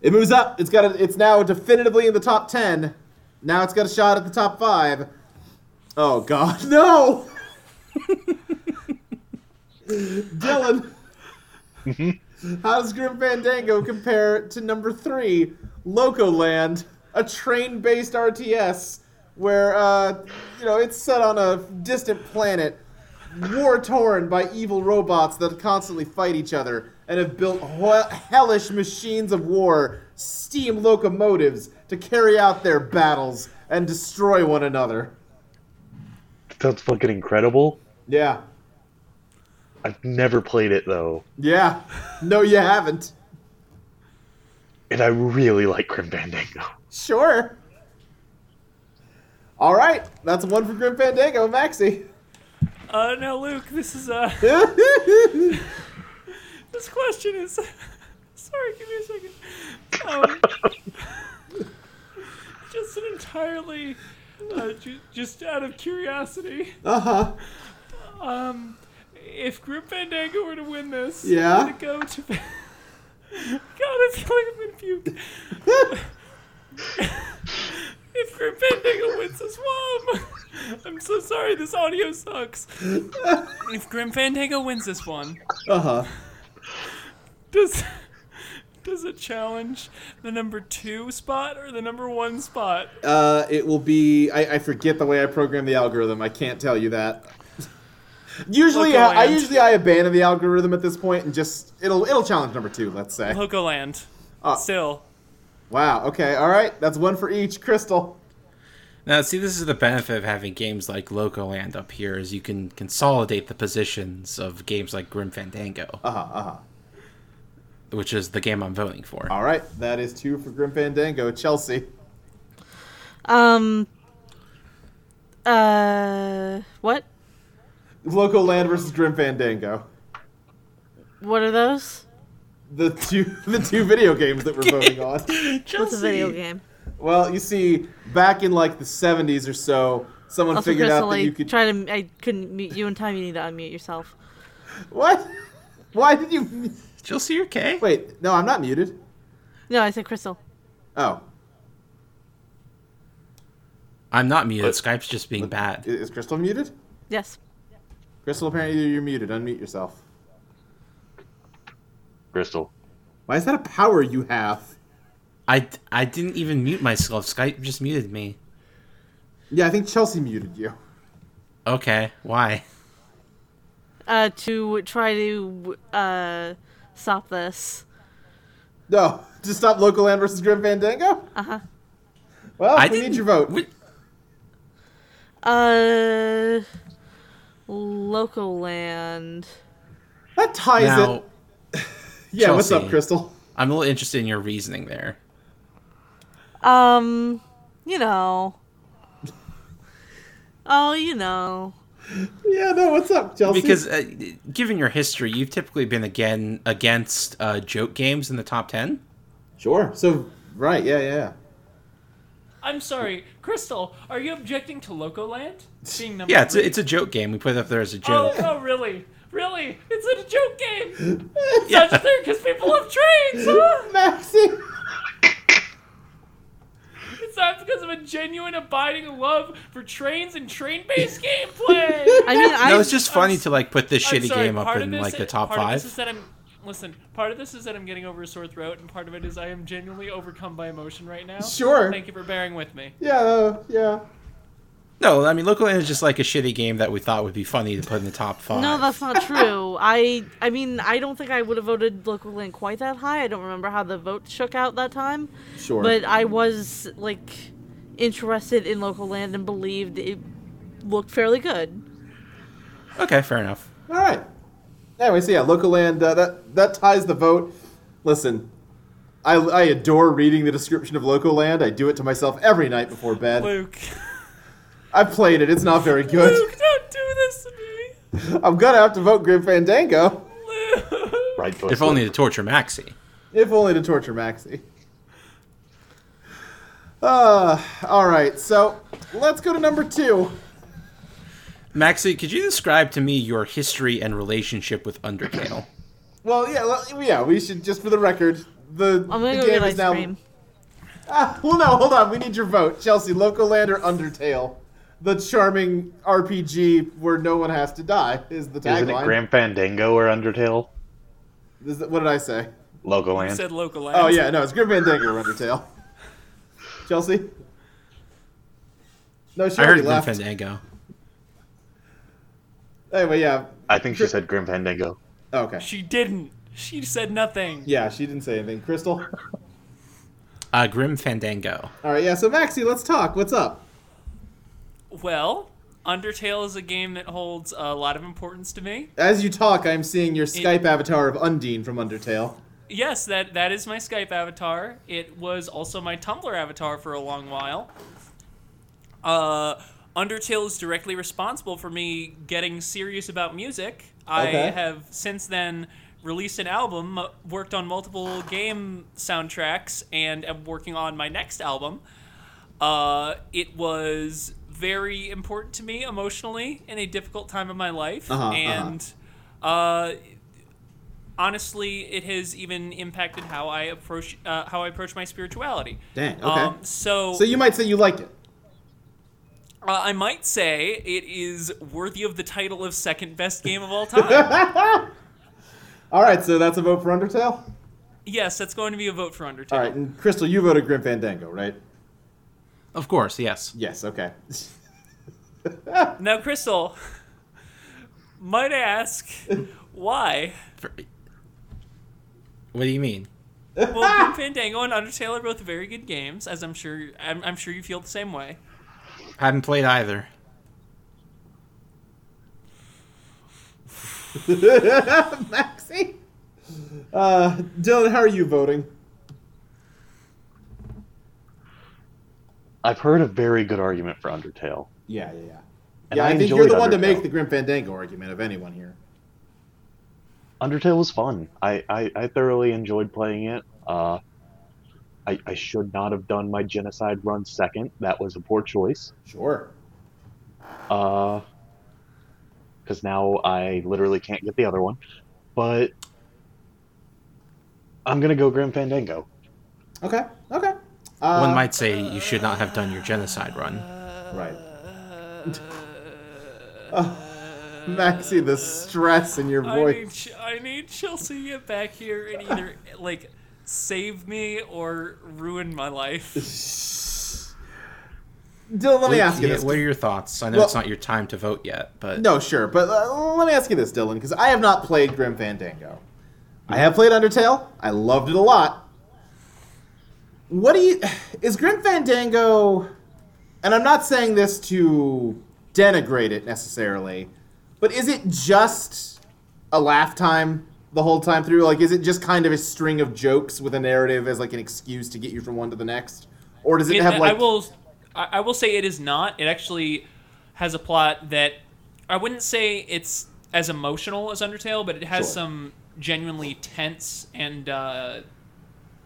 Speaker 2: It moves up. It's got. A, it's now definitively in the top ten. Now it's got a shot at the top five. Oh God, no! Dylan, how does Grim Fandango compare to number three, Locoland, a train-based RTS where uh, you know it's set on a distant planet, war-torn by evil robots that constantly fight each other and have built he- hellish machines of war, steam locomotives to carry out their battles and destroy one another.
Speaker 6: That's fucking incredible.
Speaker 2: Yeah,
Speaker 6: I've never played it though.
Speaker 2: yeah. No, you haven't.
Speaker 6: And I really like Grim Fandango.
Speaker 2: Sure. All right, that's one for Grim Fandango, Maxie.
Speaker 5: Uh, no, Luke. This is uh, this question is. Sorry, give me a second. Um, just an entirely uh, ju- just out of curiosity.
Speaker 2: Uh huh.
Speaker 5: Um, if Grim Fandango were to win this,
Speaker 2: Yeah?
Speaker 5: I'm gonna go to. God, I feel like I'm gonna puke. if Grim Fandango wins this, one, I'm so sorry. This audio sucks. if Grim Fandango wins this one,
Speaker 2: Uh huh.
Speaker 5: does does it challenge the number two spot or the number one spot?
Speaker 2: Uh, it will be. I, I forget the way I program the algorithm. I can't tell you that. Usually,
Speaker 5: Local
Speaker 2: I, I
Speaker 5: land.
Speaker 2: usually I abandon the algorithm at this point and just it'll it'll challenge number two. Let's say.
Speaker 5: Hokoland.
Speaker 2: Uh,
Speaker 5: Still.
Speaker 2: Wow. Okay. All right. That's one for each. Crystal.
Speaker 4: Now, see, this is the benefit of having games like Locoland up here, is you can consolidate the positions of games like Grim Fandango,
Speaker 2: Uh huh. Uh huh.
Speaker 4: which is the game I'm voting for.
Speaker 2: All right. That is two for Grim Fandango. Chelsea.
Speaker 3: Um. Uh. What?
Speaker 2: Local land versus Grim Fandango.
Speaker 3: What are those?
Speaker 2: The two the two video games that we're voting on.
Speaker 3: What's a video game?
Speaker 2: Well, you see, back in like the '70s or so, someone
Speaker 3: Also,
Speaker 2: figured out
Speaker 3: Crystal,
Speaker 2: that
Speaker 3: I
Speaker 2: you could.
Speaker 3: try to. I couldn't mute you in time. You need to unmute yourself.
Speaker 2: What? Why did you?
Speaker 4: Chelsea, you're okay?
Speaker 2: Wait. No, I'm not muted.
Speaker 3: No, I said Crystal.
Speaker 2: Oh,
Speaker 4: I'm not muted.
Speaker 6: But-
Speaker 4: Skype's just being
Speaker 2: i-
Speaker 4: bad.
Speaker 2: is Crystal muted?
Speaker 3: Yes.
Speaker 2: Crystal, apparently you're muted. Unmute yourself.
Speaker 6: Crystal.
Speaker 2: Why is that a power you have?
Speaker 4: I, I didn't even mute myself. Skype just muted me.
Speaker 2: Yeah, I think Chelsea muted you.
Speaker 4: Okay, why?
Speaker 3: Uh, to try to uh stop this.
Speaker 2: No, just stop local land versus Grim Fandango.
Speaker 3: Uh huh.
Speaker 2: Well,
Speaker 4: I
Speaker 2: we
Speaker 4: didn't-
Speaker 2: need your vote.
Speaker 4: we-
Speaker 3: Uh. Local land.
Speaker 2: That ties
Speaker 4: now,
Speaker 2: it. Yeah, what's up,
Speaker 4: Chelsea.
Speaker 2: Crystal?
Speaker 4: I'm a little interested in your reasoning there.
Speaker 3: Um. You know. Oh, you know.
Speaker 2: Yeah, no, what's up, Chelsea?
Speaker 4: Because uh, given your history, you've typically been again against uh, joke games in the top 10.
Speaker 2: sure. So right, yeah, yeah. yeah.
Speaker 5: I'm sorry, Crystal. Are you objecting to Locoland being number?
Speaker 4: Yeah, it's a,
Speaker 5: three?
Speaker 4: it's a joke game. We put it up there as a
Speaker 5: Oh,
Speaker 4: joke.
Speaker 5: oh, really? Really? It's a joke game! It's such a thing because people have trains! huh?
Speaker 2: Maxie.
Speaker 5: It's not because of a genuine abiding love for trains and train based gameplay!
Speaker 3: I mean, I.
Speaker 4: no, it's just funny
Speaker 5: I'm s-
Speaker 4: to like put this
Speaker 5: I'm
Speaker 4: shitty
Speaker 5: sorry,
Speaker 4: game up
Speaker 5: part
Speaker 4: in
Speaker 5: of this
Speaker 4: like the
Speaker 5: is-
Speaker 4: top
Speaker 5: part Of this
Speaker 4: five.
Speaker 5: is that I'm, listen, part of this is that I'm getting over a sore throat, and part of it is I am genuinely overcome by emotion right now.
Speaker 2: Sure.
Speaker 5: Thank you for bearing with me.
Speaker 2: Yeah, uh, yeah.
Speaker 4: No, I mean, Local Land is just like a shitty game that we thought would be funny to put in the top five.
Speaker 3: No, that's not true. I I mean, I don't think I would have voted local land quite that high. I don't remember how the vote shook out that time,
Speaker 2: Sure.
Speaker 3: but I was like interested in local land and believed it looked fairly good.
Speaker 4: okay, fair enough.
Speaker 2: All right. Anyway, so yeah, local land uh, that that ties the vote. Listen, I, I adore reading the description of local land. I do it to myself every night before bed.
Speaker 5: Luke.
Speaker 2: I've played it. It's not very good.
Speaker 5: Luke, don't do this to me!
Speaker 2: I'm gonna have to vote Grim Fandango,
Speaker 5: Luke!
Speaker 6: Right choice.
Speaker 4: If only to torture Maxie.
Speaker 2: if only to torture Maxie. Uh, all right. So let's go to number two.
Speaker 4: Maxie, could you describe to me your history and relationship with Undertale?
Speaker 2: Well, yeah, well, yeah. We should just for the record, the,
Speaker 3: I'm gonna
Speaker 2: the game
Speaker 3: go get
Speaker 2: is
Speaker 3: ice
Speaker 2: now.
Speaker 3: cream.
Speaker 2: Ah, well, no, hold on. We need your vote. Chelsea, Local Land or Undertale? The charming RPG where no one has to die is the
Speaker 6: Isn't it
Speaker 2: tagline.
Speaker 6: Grand Fandango or Undertale?
Speaker 2: Is it- what did I say?
Speaker 5: You
Speaker 6: Logoland.
Speaker 5: said Locoland.
Speaker 2: Oh, yeah, no, it's Grim Fandango or Undertale. Chelsea? No, she
Speaker 4: I heard
Speaker 2: already
Speaker 4: Grim
Speaker 2: left.
Speaker 4: Fandango.
Speaker 2: Anyway, yeah.
Speaker 6: I think she said Grim Fandango.
Speaker 2: Oh, okay.
Speaker 5: She didn't. She said nothing.
Speaker 2: Yeah, she didn't say anything. Crystal?
Speaker 4: Uh, Grim Fandango.
Speaker 2: All right, yeah, so Maxie, let's talk. What's up?
Speaker 5: Well, Undertale is a game that holds a lot of importance to me.
Speaker 2: As you talk, I'm seeing your Skype avatar of Undine from Undertale.
Speaker 5: Yes, that that is my Skype avatar. It was also my Tumblr avatar for a long while. Uh, Undertale is directly responsible for me getting serious about music. I
Speaker 2: Okay.
Speaker 5: have since then released an album, uh, worked on multiple game soundtracks, and am working on my next album. Uh, it was very important to me emotionally in a difficult time of my life,
Speaker 2: Uh-huh, uh-huh.
Speaker 5: and uh honestly, it has even impacted how I approach uh, how I approach my spirituality.
Speaker 2: Dang, okay.
Speaker 5: Um, so
Speaker 2: So you might say you liked it.
Speaker 5: uh, I might say it is worthy of the title of second best game of all time.
Speaker 2: All right, so that's a vote for Undertale.
Speaker 5: yes, that's going to be a vote for Undertale.
Speaker 2: All right, and Crystal, you voted Grim Fandango, right?
Speaker 4: Of course, yes.
Speaker 2: Yes. Okay.
Speaker 5: Now, Crystal, might I ask why?
Speaker 4: For- What do you mean?
Speaker 5: Well, Grim Fandango and Undertale are both very good games, as I'm sure I'm, I'm sure you feel the same way.
Speaker 4: Haven't played either.
Speaker 2: Maxie. Uh, Dylan, how are you voting?
Speaker 6: I've heard a very good argument for Undertale.
Speaker 2: Yeah, yeah, yeah.
Speaker 6: And
Speaker 2: yeah, I,
Speaker 6: I
Speaker 2: think you're
Speaker 6: enjoyed
Speaker 2: the one to make
Speaker 6: Undertale.
Speaker 2: the Grim Fandango argument of anyone here.
Speaker 6: Undertale was fun. I, I, I thoroughly enjoyed playing it. Uh, I, I should not have done my genocide run second. That was a poor choice.
Speaker 2: Sure.
Speaker 6: because Uh, now I literally can't get the other one. But I'm gonna go Grim Fandango.
Speaker 2: Okay. Okay. Uh,
Speaker 4: One might say you should not have done your genocide run.
Speaker 2: Right. oh, Maxie, the stress in your
Speaker 5: I need,
Speaker 2: voice.
Speaker 5: Ch- I need Chelsea to get back here and either like save me or ruin my life.
Speaker 2: Dylan, let me ask you
Speaker 4: Yeah,
Speaker 2: this.
Speaker 4: What are your thoughts? I know
Speaker 2: Well-
Speaker 4: it's not your time to vote yet, but
Speaker 2: No, sure, but uh, let me ask you this, Dylan, because I have not played Grim Fandango. I have played Undertale. I loved it a lot. What do you? Is Grim Fandango? And I'm not saying this to denigrate it necessarily, but is it just a laugh time the whole time through? Like, is it just kind of a string of jokes with a narrative as like an excuse to get you from one to the next, or does it,
Speaker 5: It-
Speaker 2: have like?
Speaker 5: I will, I I will say it is not. It actually has a plot that I wouldn't say it's as emotional as Undertale, but it has
Speaker 2: Sure.
Speaker 5: some genuinely tense and uh,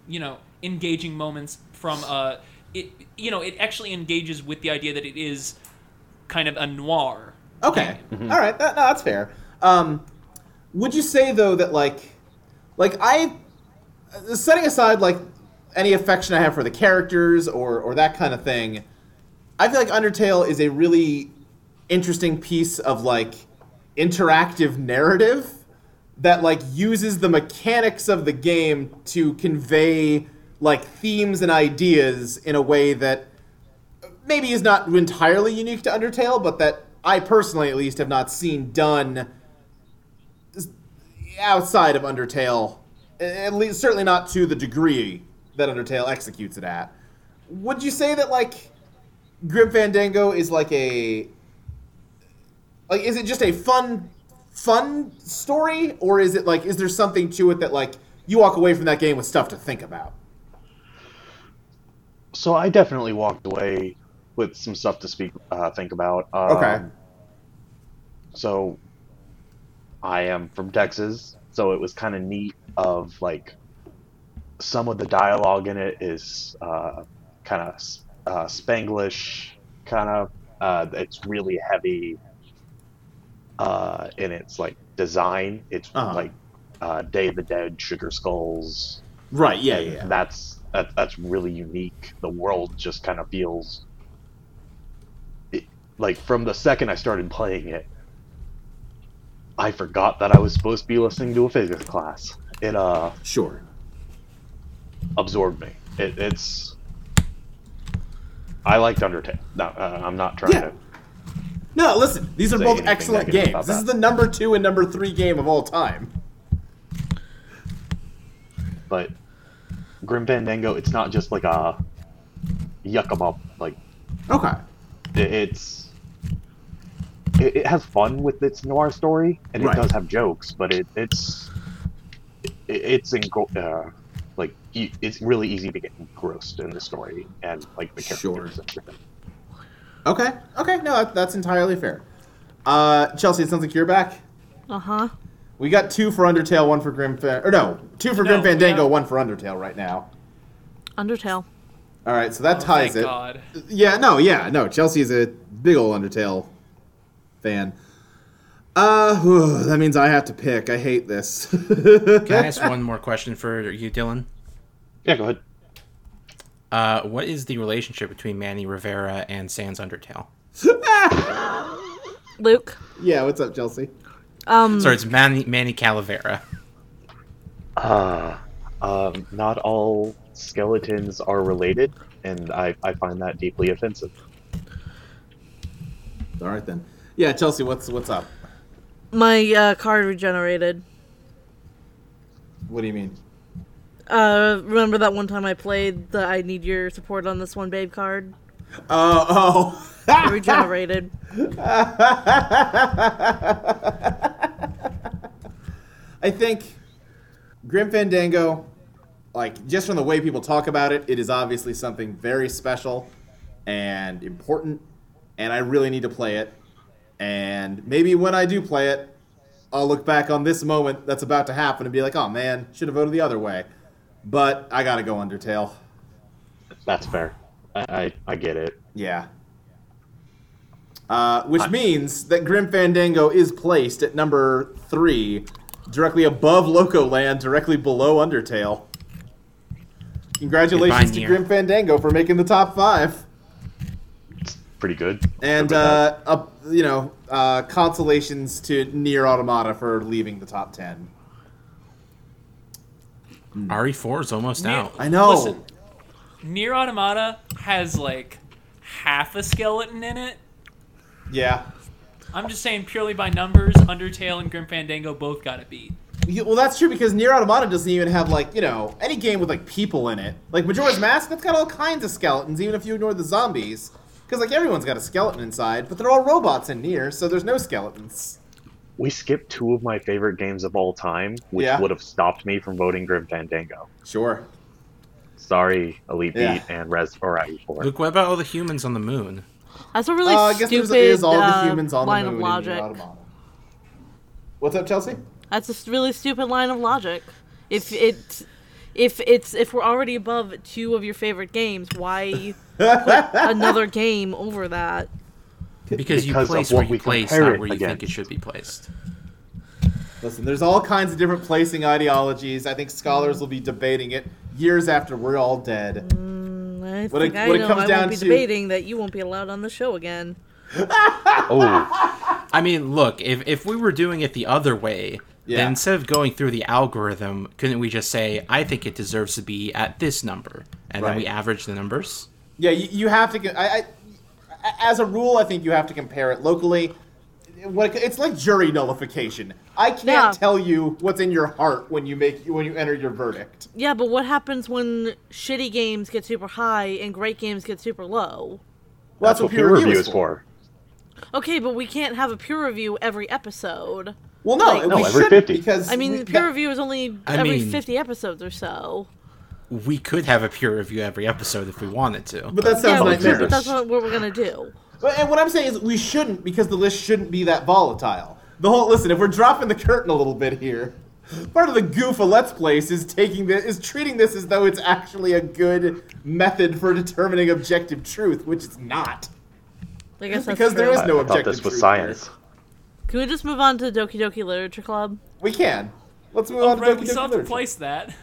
Speaker 5: you know engaging moments from uh, it. You know, it actually engages with the idea that it is kind of a noir.
Speaker 2: Okay. All right. That, no, that's fair. Um, would you say though that like, like I, uh, setting aside like any affection I have for the characters or or that kind of thing, I feel like Undertale is a really interesting piece of like interactive narrative that like uses the mechanics of the game to convey like themes and ideas in a way that maybe is not entirely unique to Undertale, but that I personally, at least, have not seen done s- outside of Undertale. a- At least, certainly not to the degree that Undertale executes it at. Would you say that like Grim Fandango is like a like is it just a fun fun story, or is it like is there something to it that like you walk away from that game with stuff to think about?
Speaker 6: So I definitely walked away with some stuff to speak, uh, think about. Um,
Speaker 2: Okay.
Speaker 6: So I am from Texas, so it was kind of neat. Of like, some of the dialogue in it is uh, kind of uh, Spanglish, kind of. Uh, it's really heavy uh, in its like design. It's
Speaker 2: Uh-huh.
Speaker 6: like uh, Day of the Dead, Sugar Skulls,
Speaker 2: Right. Yeah.
Speaker 6: and that's that, that's really unique. The world just kind of feels it, like from the second I started playing it, I forgot that I was supposed to be listening to a physics class. It uh
Speaker 2: Sure.
Speaker 6: absorbed me. It, it's I liked Undertale. No, uh, I'm not trying
Speaker 2: Yeah.
Speaker 6: to.
Speaker 2: No, listen, these are
Speaker 6: Say
Speaker 2: both
Speaker 6: anything
Speaker 2: excellent
Speaker 6: negative
Speaker 2: games.
Speaker 6: about
Speaker 2: This is
Speaker 6: that.
Speaker 2: the number two and number three game of all time.
Speaker 6: but Grim Fandango, it's not just like a yuck 'em up. Like
Speaker 2: Okay.
Speaker 6: it, it's it, it has fun with its noir story, and
Speaker 2: Right.
Speaker 6: it does have jokes, but it, it's it, it's in, uh, like e- it's really easy to get engrossed in the story and like the characters.
Speaker 2: Sure.
Speaker 6: and everything.
Speaker 2: Okay. Okay. No, that, that's entirely fair. Uh, Chelsea, it sounds like you're back.
Speaker 3: Uh huh.
Speaker 2: We got two for Undertale, one for Grim Fan, or no, two for
Speaker 5: No,
Speaker 2: Grim
Speaker 5: we
Speaker 2: Fandango,
Speaker 5: have-
Speaker 2: one for Undertale right now.
Speaker 3: Undertale.
Speaker 2: All right, so that
Speaker 5: Oh,
Speaker 2: ties
Speaker 5: thank
Speaker 2: it.
Speaker 5: God.
Speaker 2: Yeah, no, yeah, no. Chelsea's a big old Undertale fan. Uh, whew, that means I have to pick. I hate this.
Speaker 4: Can I ask one more question for you, Dylan?
Speaker 6: Yeah, go ahead.
Speaker 4: Uh, what is the relationship between Manny Rivera and Sans Undertale?
Speaker 3: Luke.
Speaker 2: yeah, what's up, Chelsea?
Speaker 3: Um,
Speaker 4: Sorry, it's Manny Manny Calavera.
Speaker 6: Uh, um, not all skeletons are related, and I, I find that deeply offensive.
Speaker 2: All right then. Yeah, Chelsea, what's what's up?
Speaker 3: my uh, card regenerated.
Speaker 2: What do you mean?
Speaker 3: Uh, remember that one time I played the "I need your support on this one, babe" card?
Speaker 2: Oh, oh.
Speaker 3: It regenerated.
Speaker 2: I think Grim Fandango, like just from the way people talk about it, it is obviously something very special and important, and I really need to play it. And maybe when I do play it, I'll look back on this moment that's about to happen and be like, "Oh man, should have voted the other way." But I gotta go Undertale.
Speaker 6: That's fair. I, I, I get it.
Speaker 2: Yeah. Uh, which means that Grim Fandango is placed at number three, directly above Locoland, directly below Undertale. Congratulations
Speaker 4: Goodbye,
Speaker 2: to
Speaker 4: Nier.
Speaker 2: Grim Fandango for making the top five.
Speaker 6: Pretty good.
Speaker 2: And,
Speaker 6: Good with that.
Speaker 2: uh, up, you know, uh, consolations to Near Automata for leaving the top ten. Hmm.
Speaker 4: RE4 E is almost out.
Speaker 2: I know.
Speaker 5: Listen, Near Automata has like half a skeleton in it.
Speaker 2: Yeah.
Speaker 5: I'm just saying purely by numbers, Undertale and Grim Fandango both got a beat.
Speaker 2: You- Well, that's true because Nier Automata doesn't even have like you know any game with like people in it. Like Majora's Mask, that's got all kinds of skeletons, even if you ignore the zombies, because like everyone's got a skeleton inside, but they're all robots in Nier, so there's no skeletons.
Speaker 6: we skipped two of my favorite games of all time, which
Speaker 2: Yeah.
Speaker 6: would have stopped me from voting Grim Fandango.
Speaker 2: Sure.
Speaker 6: Sorry, Elite
Speaker 2: Yeah.
Speaker 6: Beat and Res or RE4.
Speaker 4: Luke, what about all the humans on the moon?
Speaker 3: That's a really
Speaker 2: uh, I guess
Speaker 3: stupid
Speaker 2: there's, there's all
Speaker 3: uh,
Speaker 2: the humans on
Speaker 3: line
Speaker 2: the moon
Speaker 3: of
Speaker 2: in Nier
Speaker 3: logic.
Speaker 2: Automata. What's up, Chelsea?
Speaker 3: That's a s- really stupid line of logic. If it, if it's if we're already above two of your favorite games, why put another game over that?
Speaker 4: Because, you
Speaker 6: Because of
Speaker 4: place
Speaker 6: what
Speaker 4: where you
Speaker 6: we
Speaker 4: place,
Speaker 6: compare
Speaker 4: not
Speaker 6: it
Speaker 4: where you think
Speaker 6: against.
Speaker 4: it should be placed.
Speaker 2: Listen, there's all kinds of different placing ideologies. I think scholars will be debating it years after we're all dead.
Speaker 3: I
Speaker 2: What
Speaker 3: think
Speaker 2: it-
Speaker 3: I
Speaker 2: what it
Speaker 3: know
Speaker 2: comes
Speaker 3: I
Speaker 2: down
Speaker 3: won't be
Speaker 2: to-
Speaker 3: debating that you won't be allowed on the show again.
Speaker 6: Oh,
Speaker 4: I mean, look, if, if we were doing it the other way,
Speaker 2: Yeah.
Speaker 4: then instead of going through the algorithm, couldn't we just say, I think it deserves to be at this number? And then we
Speaker 2: Right.
Speaker 4: average the numbers?
Speaker 2: Yeah, you, you have to. co- I, I, as a rule, I think you have to compare it locally. What it- it's like jury nullification. I can't
Speaker 3: Yeah.
Speaker 2: tell you what's in your heart when you make when you enter your verdict.
Speaker 3: Yeah, but what happens when shitty games get super high and great games get super low?
Speaker 2: Well,
Speaker 6: that's what peer review is for.
Speaker 3: Okay, but we can't have a peer review every episode.
Speaker 2: Well, no,
Speaker 3: Like-
Speaker 2: we
Speaker 3: No,
Speaker 6: every
Speaker 2: shouldn't
Speaker 6: 50.
Speaker 2: because
Speaker 3: I mean,
Speaker 2: we-
Speaker 3: peer
Speaker 2: that-
Speaker 3: review is only
Speaker 4: I
Speaker 3: every
Speaker 4: mean-
Speaker 3: 50 episodes or so.
Speaker 4: We could have a peer review every episode if we wanted to.
Speaker 2: But that
Speaker 3: Yeah,
Speaker 2: sounds
Speaker 3: we
Speaker 2: like
Speaker 3: could, but
Speaker 2: nightmarish.
Speaker 3: that's not what we're going to do.
Speaker 2: But- And what I'm saying is, we shouldn't because the list shouldn't be that volatile. The whole listen, if we're dropping the curtain a little bit here, part of the goof of Let's Plays is taking this, is treating this as though it's actually a good method for determining objective truth, which it's not.
Speaker 3: I guess that's
Speaker 2: because
Speaker 3: true.
Speaker 2: there is
Speaker 6: I,
Speaker 2: no
Speaker 6: I thought
Speaker 2: objective
Speaker 6: this was
Speaker 2: truth
Speaker 6: science.
Speaker 2: here.
Speaker 3: Can we just move on to Doki Doki Literature Club?
Speaker 2: We can. Let's move on to
Speaker 5: Oh, Right,
Speaker 2: Doki
Speaker 5: we
Speaker 2: Doki
Speaker 5: still have to
Speaker 2: Literature.
Speaker 5: place that.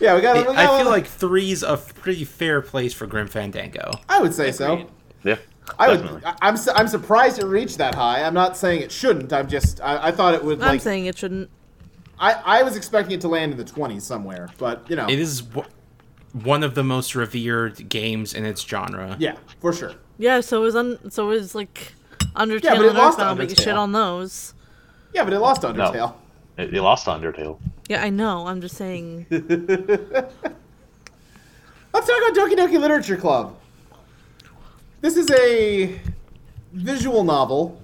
Speaker 2: Yeah, we got.
Speaker 4: I
Speaker 2: We got
Speaker 4: I feel
Speaker 2: one-
Speaker 4: like three's a pretty fair place for Grim Fandango.
Speaker 2: I would say so.
Speaker 5: Agreed.
Speaker 6: Yeah,
Speaker 2: I would.
Speaker 6: definitely.
Speaker 2: I- I'm. su- I'm surprised it reached that high. I'm not saying it shouldn't. I'm just. I, I thought it would.
Speaker 3: I'm
Speaker 2: Like,
Speaker 3: saying it shouldn't.
Speaker 2: I. I was expecting it to land in the 20s somewhere, but you know.
Speaker 4: It is w- one of the most revered games in its genre.
Speaker 2: Yeah, for sure.
Speaker 3: Yeah, so it was un- so it was like Undertale
Speaker 2: Yeah, but it
Speaker 3: and
Speaker 2: lost
Speaker 3: Earthbound, but you
Speaker 2: Undertale.
Speaker 3: shit on those.
Speaker 2: Yeah, but it lost Undertale.
Speaker 6: It- You lost to Undertale.
Speaker 3: Yeah, I know. I'm just saying.
Speaker 2: Let's talk about Doki Doki Literature Club. This is a visual novel.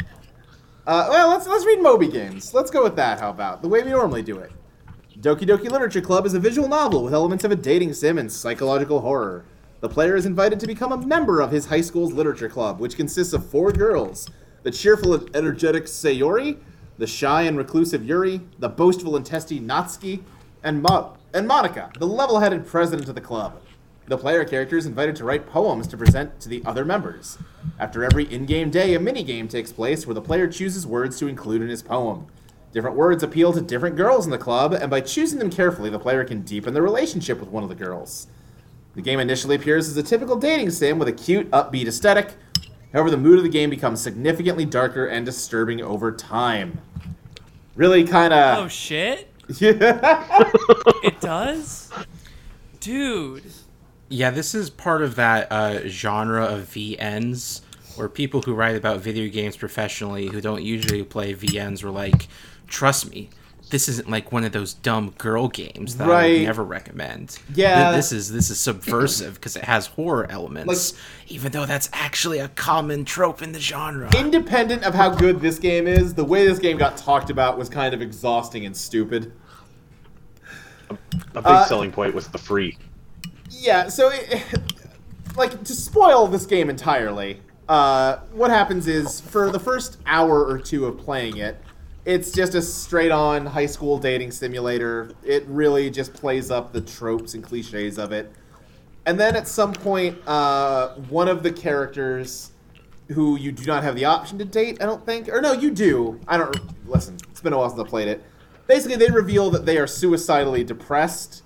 Speaker 2: Uh, well, let's let's read Moby games. Let's go with that. How about the way we normally do it? Doki Doki Literature Club is a visual novel with elements of a dating sim and psychological horror. The player is invited to become a member of his high school's literature club, which consists of four girls the cheerful and energetic Sayori, the shy and reclusive Yuri, the boastful and testy Natsuki, and, Mo- and Monica, the level headed president of the club. The player character is invited to write poems to present to the other members. After every in game day, a minigame takes place where the player chooses words to include in his poem. Different words appeal to different girls in the club, and by choosing them carefully, the player can deepen their relationship with one of the girls. The game initially appears as a typical dating sim with a cute, upbeat aesthetic. However, the mood of the game becomes significantly darker and disturbing over time. Really kind
Speaker 5: Oh
Speaker 2: of.
Speaker 5: shit!
Speaker 2: yeah.
Speaker 5: It does, dude.
Speaker 4: Yeah, this is part of that uh, genre of VNs where people who write about video games professionally who don't usually play VNs were like, trust me, this isn't like one of those dumb girl games that I
Speaker 2: Right.
Speaker 4: would never recommend. Th-
Speaker 2: Yeah.
Speaker 4: this is this is subversive because it has horror elements, even though that's actually a common trope in the genre.
Speaker 2: Independent of how good this game is, the way this game got talked about was kind of exhausting and stupid.
Speaker 6: A big
Speaker 2: Uh,
Speaker 6: selling point was the free.
Speaker 2: Yeah, so it, like to spoil this game entirely, uh, what happens is for the first hour or two of playing it, it's just a straight-on high school dating simulator. It really just plays up the tropes and cliches of it. And then at some point, uh, one of the characters who you do not have the option to date, I don't think, or no, you do. I don't. Listen, it's been a while since I played it. Basically, they reveal that they are suicidally depressed,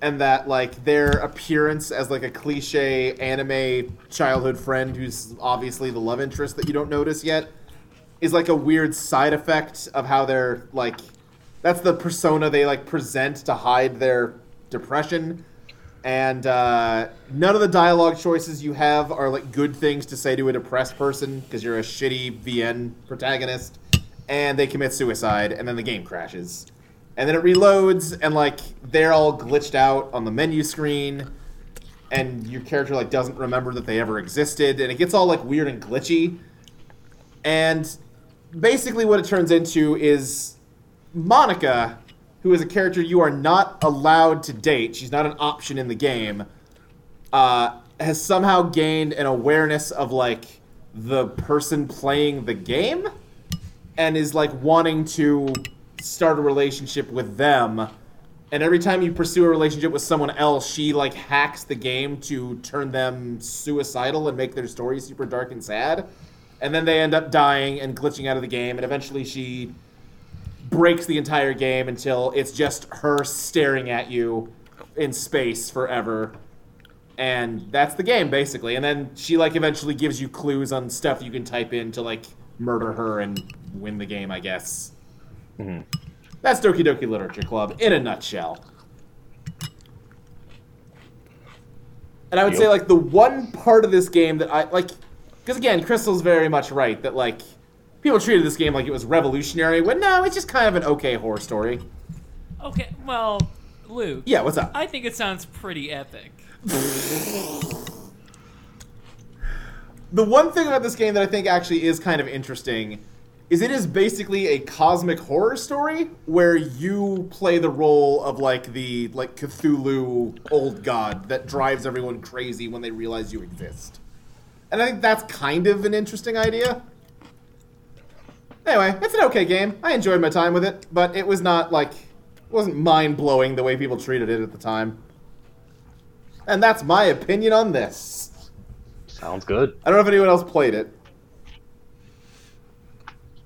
Speaker 2: and that like their appearance as like a cliche anime childhood friend who's obviously the love interest that you don't notice yet is like a weird side effect of how they're like that's the persona they like present to hide their depression and uh, none of the dialogue choices you have are like good things to say to a depressed person because you're a shitty vn protagonist and they commit suicide and then the game crashes and then it reloads and like they're all glitched out on the menu screen and your character like doesn't remember that they ever existed and it gets all like weird and glitchy and basically what it turns into is monica who is a character you are not allowed to date she's not an option in the game uh, has somehow gained an awareness of like the person playing the game and is like wanting to start a relationship with them and every time you pursue a relationship with someone else she like hacks the game to turn them suicidal and make their story super dark and sad and then they end up dying and glitching out of the game and eventually she breaks the entire game until it's just her staring at you in space forever and that's the game basically and then she like eventually gives you clues on stuff you can type in to like murder her and win the game i guess that's doki doki literature club in a nutshell and i would say
Speaker 6: Yep.
Speaker 2: like the one part of this game that i like because again crystal's very much right that like people treated this game like it was revolutionary when no it's just kind of an okay horror story
Speaker 5: Okay, well, Luke.
Speaker 2: yeah what's up
Speaker 5: I think it sounds pretty epic.
Speaker 2: the one thing about this game that I think actually is kind of interesting is it is basically a cosmic horror story where you play the role of like the like Cthulhu old god that drives everyone crazy when they realize you exist. And I think that's kind of an interesting idea. Anyway, it's an okay game. I enjoyed my time with it, but it was not like it wasn't mind-blowing the way people treated it at the time. And that's my opinion on this.
Speaker 6: Sounds good.
Speaker 2: I don't know if anyone else played it.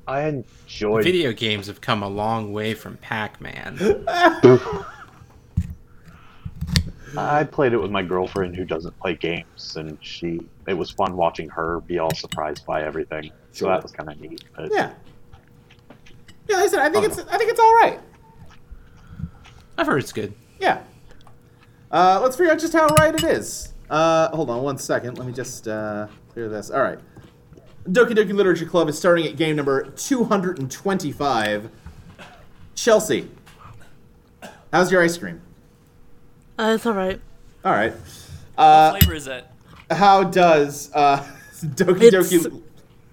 Speaker 6: I enjoyed
Speaker 4: Video games have come a long way from Pac-Man.
Speaker 6: I played it with my girlfriend who doesn't play games, and she it was fun watching her be all surprised by everything. So
Speaker 2: Sure.
Speaker 6: that was kind of neat. But
Speaker 2: Yeah. Yeah, like I said, I think
Speaker 6: Oh,
Speaker 2: it's I think it's all right.
Speaker 4: I've heard it's good.
Speaker 2: Yeah. Uh, let's figure out just how right it is. Uh, hold on one second. Let me just uh, clear this. All right. Doki Doki Literature Club is starting at game number 225. Chelsea, how's your ice cream?
Speaker 3: Uh, it's all right.
Speaker 2: All right. Uh,
Speaker 5: what flavor is it?
Speaker 2: How does uh, Doki
Speaker 3: It's-
Speaker 2: Doki?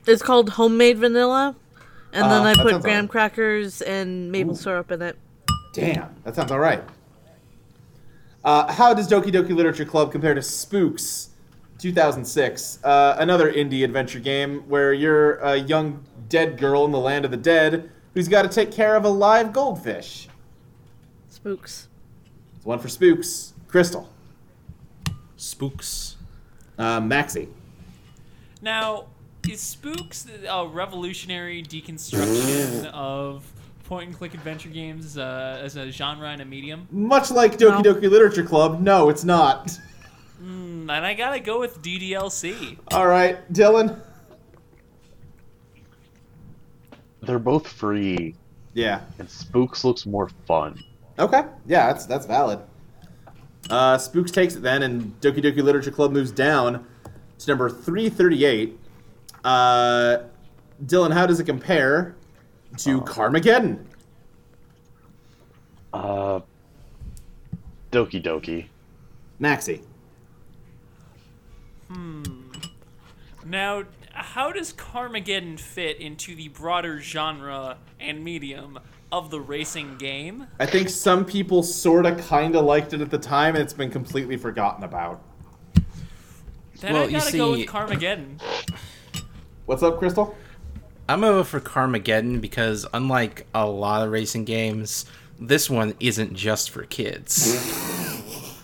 Speaker 3: It's called homemade vanilla, and then
Speaker 2: Uh,
Speaker 3: I
Speaker 2: that
Speaker 3: put
Speaker 2: sounds
Speaker 3: graham
Speaker 2: alright.
Speaker 3: crackers and maple syrup in it.
Speaker 2: Damn, that sounds all right. Uh, how does Doki Doki Literature Club compare to Spooks 2006? Uh, another indie adventure game where you're a young dead girl in the land of the dead who's got to take care of a live goldfish.
Speaker 3: Spooks.
Speaker 2: It's one for Spooks. Crystal.
Speaker 4: Spooks.
Speaker 2: Uh, Maxie.
Speaker 5: Now, is Spooks a revolutionary deconstruction of point and click adventure games uh, as a genre and a medium?
Speaker 2: Much like Doki
Speaker 3: No.
Speaker 2: Doki Literature Club, no, it's not.
Speaker 5: Mm, and I gotta go with DDLC.
Speaker 2: All right, Dylan.
Speaker 6: They're both free,
Speaker 2: Yeah.
Speaker 6: and Spooks looks more fun.
Speaker 2: Okay. Yeah, that's that's valid. Uh, Spooks takes it then, and Doki Doki Literature Club moves down to number 338. Uh, Dylan, how does it compare to Carmageddon?
Speaker 6: Uh, Doki Doki.
Speaker 2: Maxie.
Speaker 5: Now, how does Carmageddon fit into the broader genre and medium of the racing game?
Speaker 2: I think some people sort of kind of liked it at the time, and it's been completely forgotten about.
Speaker 5: Then
Speaker 4: Well,
Speaker 5: I
Speaker 4: you
Speaker 5: gotta go
Speaker 4: see-
Speaker 5: with Carmageddon.
Speaker 2: What's up, Crystal?
Speaker 4: I'm over for Carmageddon because unlike a lot of racing games, this one isn't just for kids.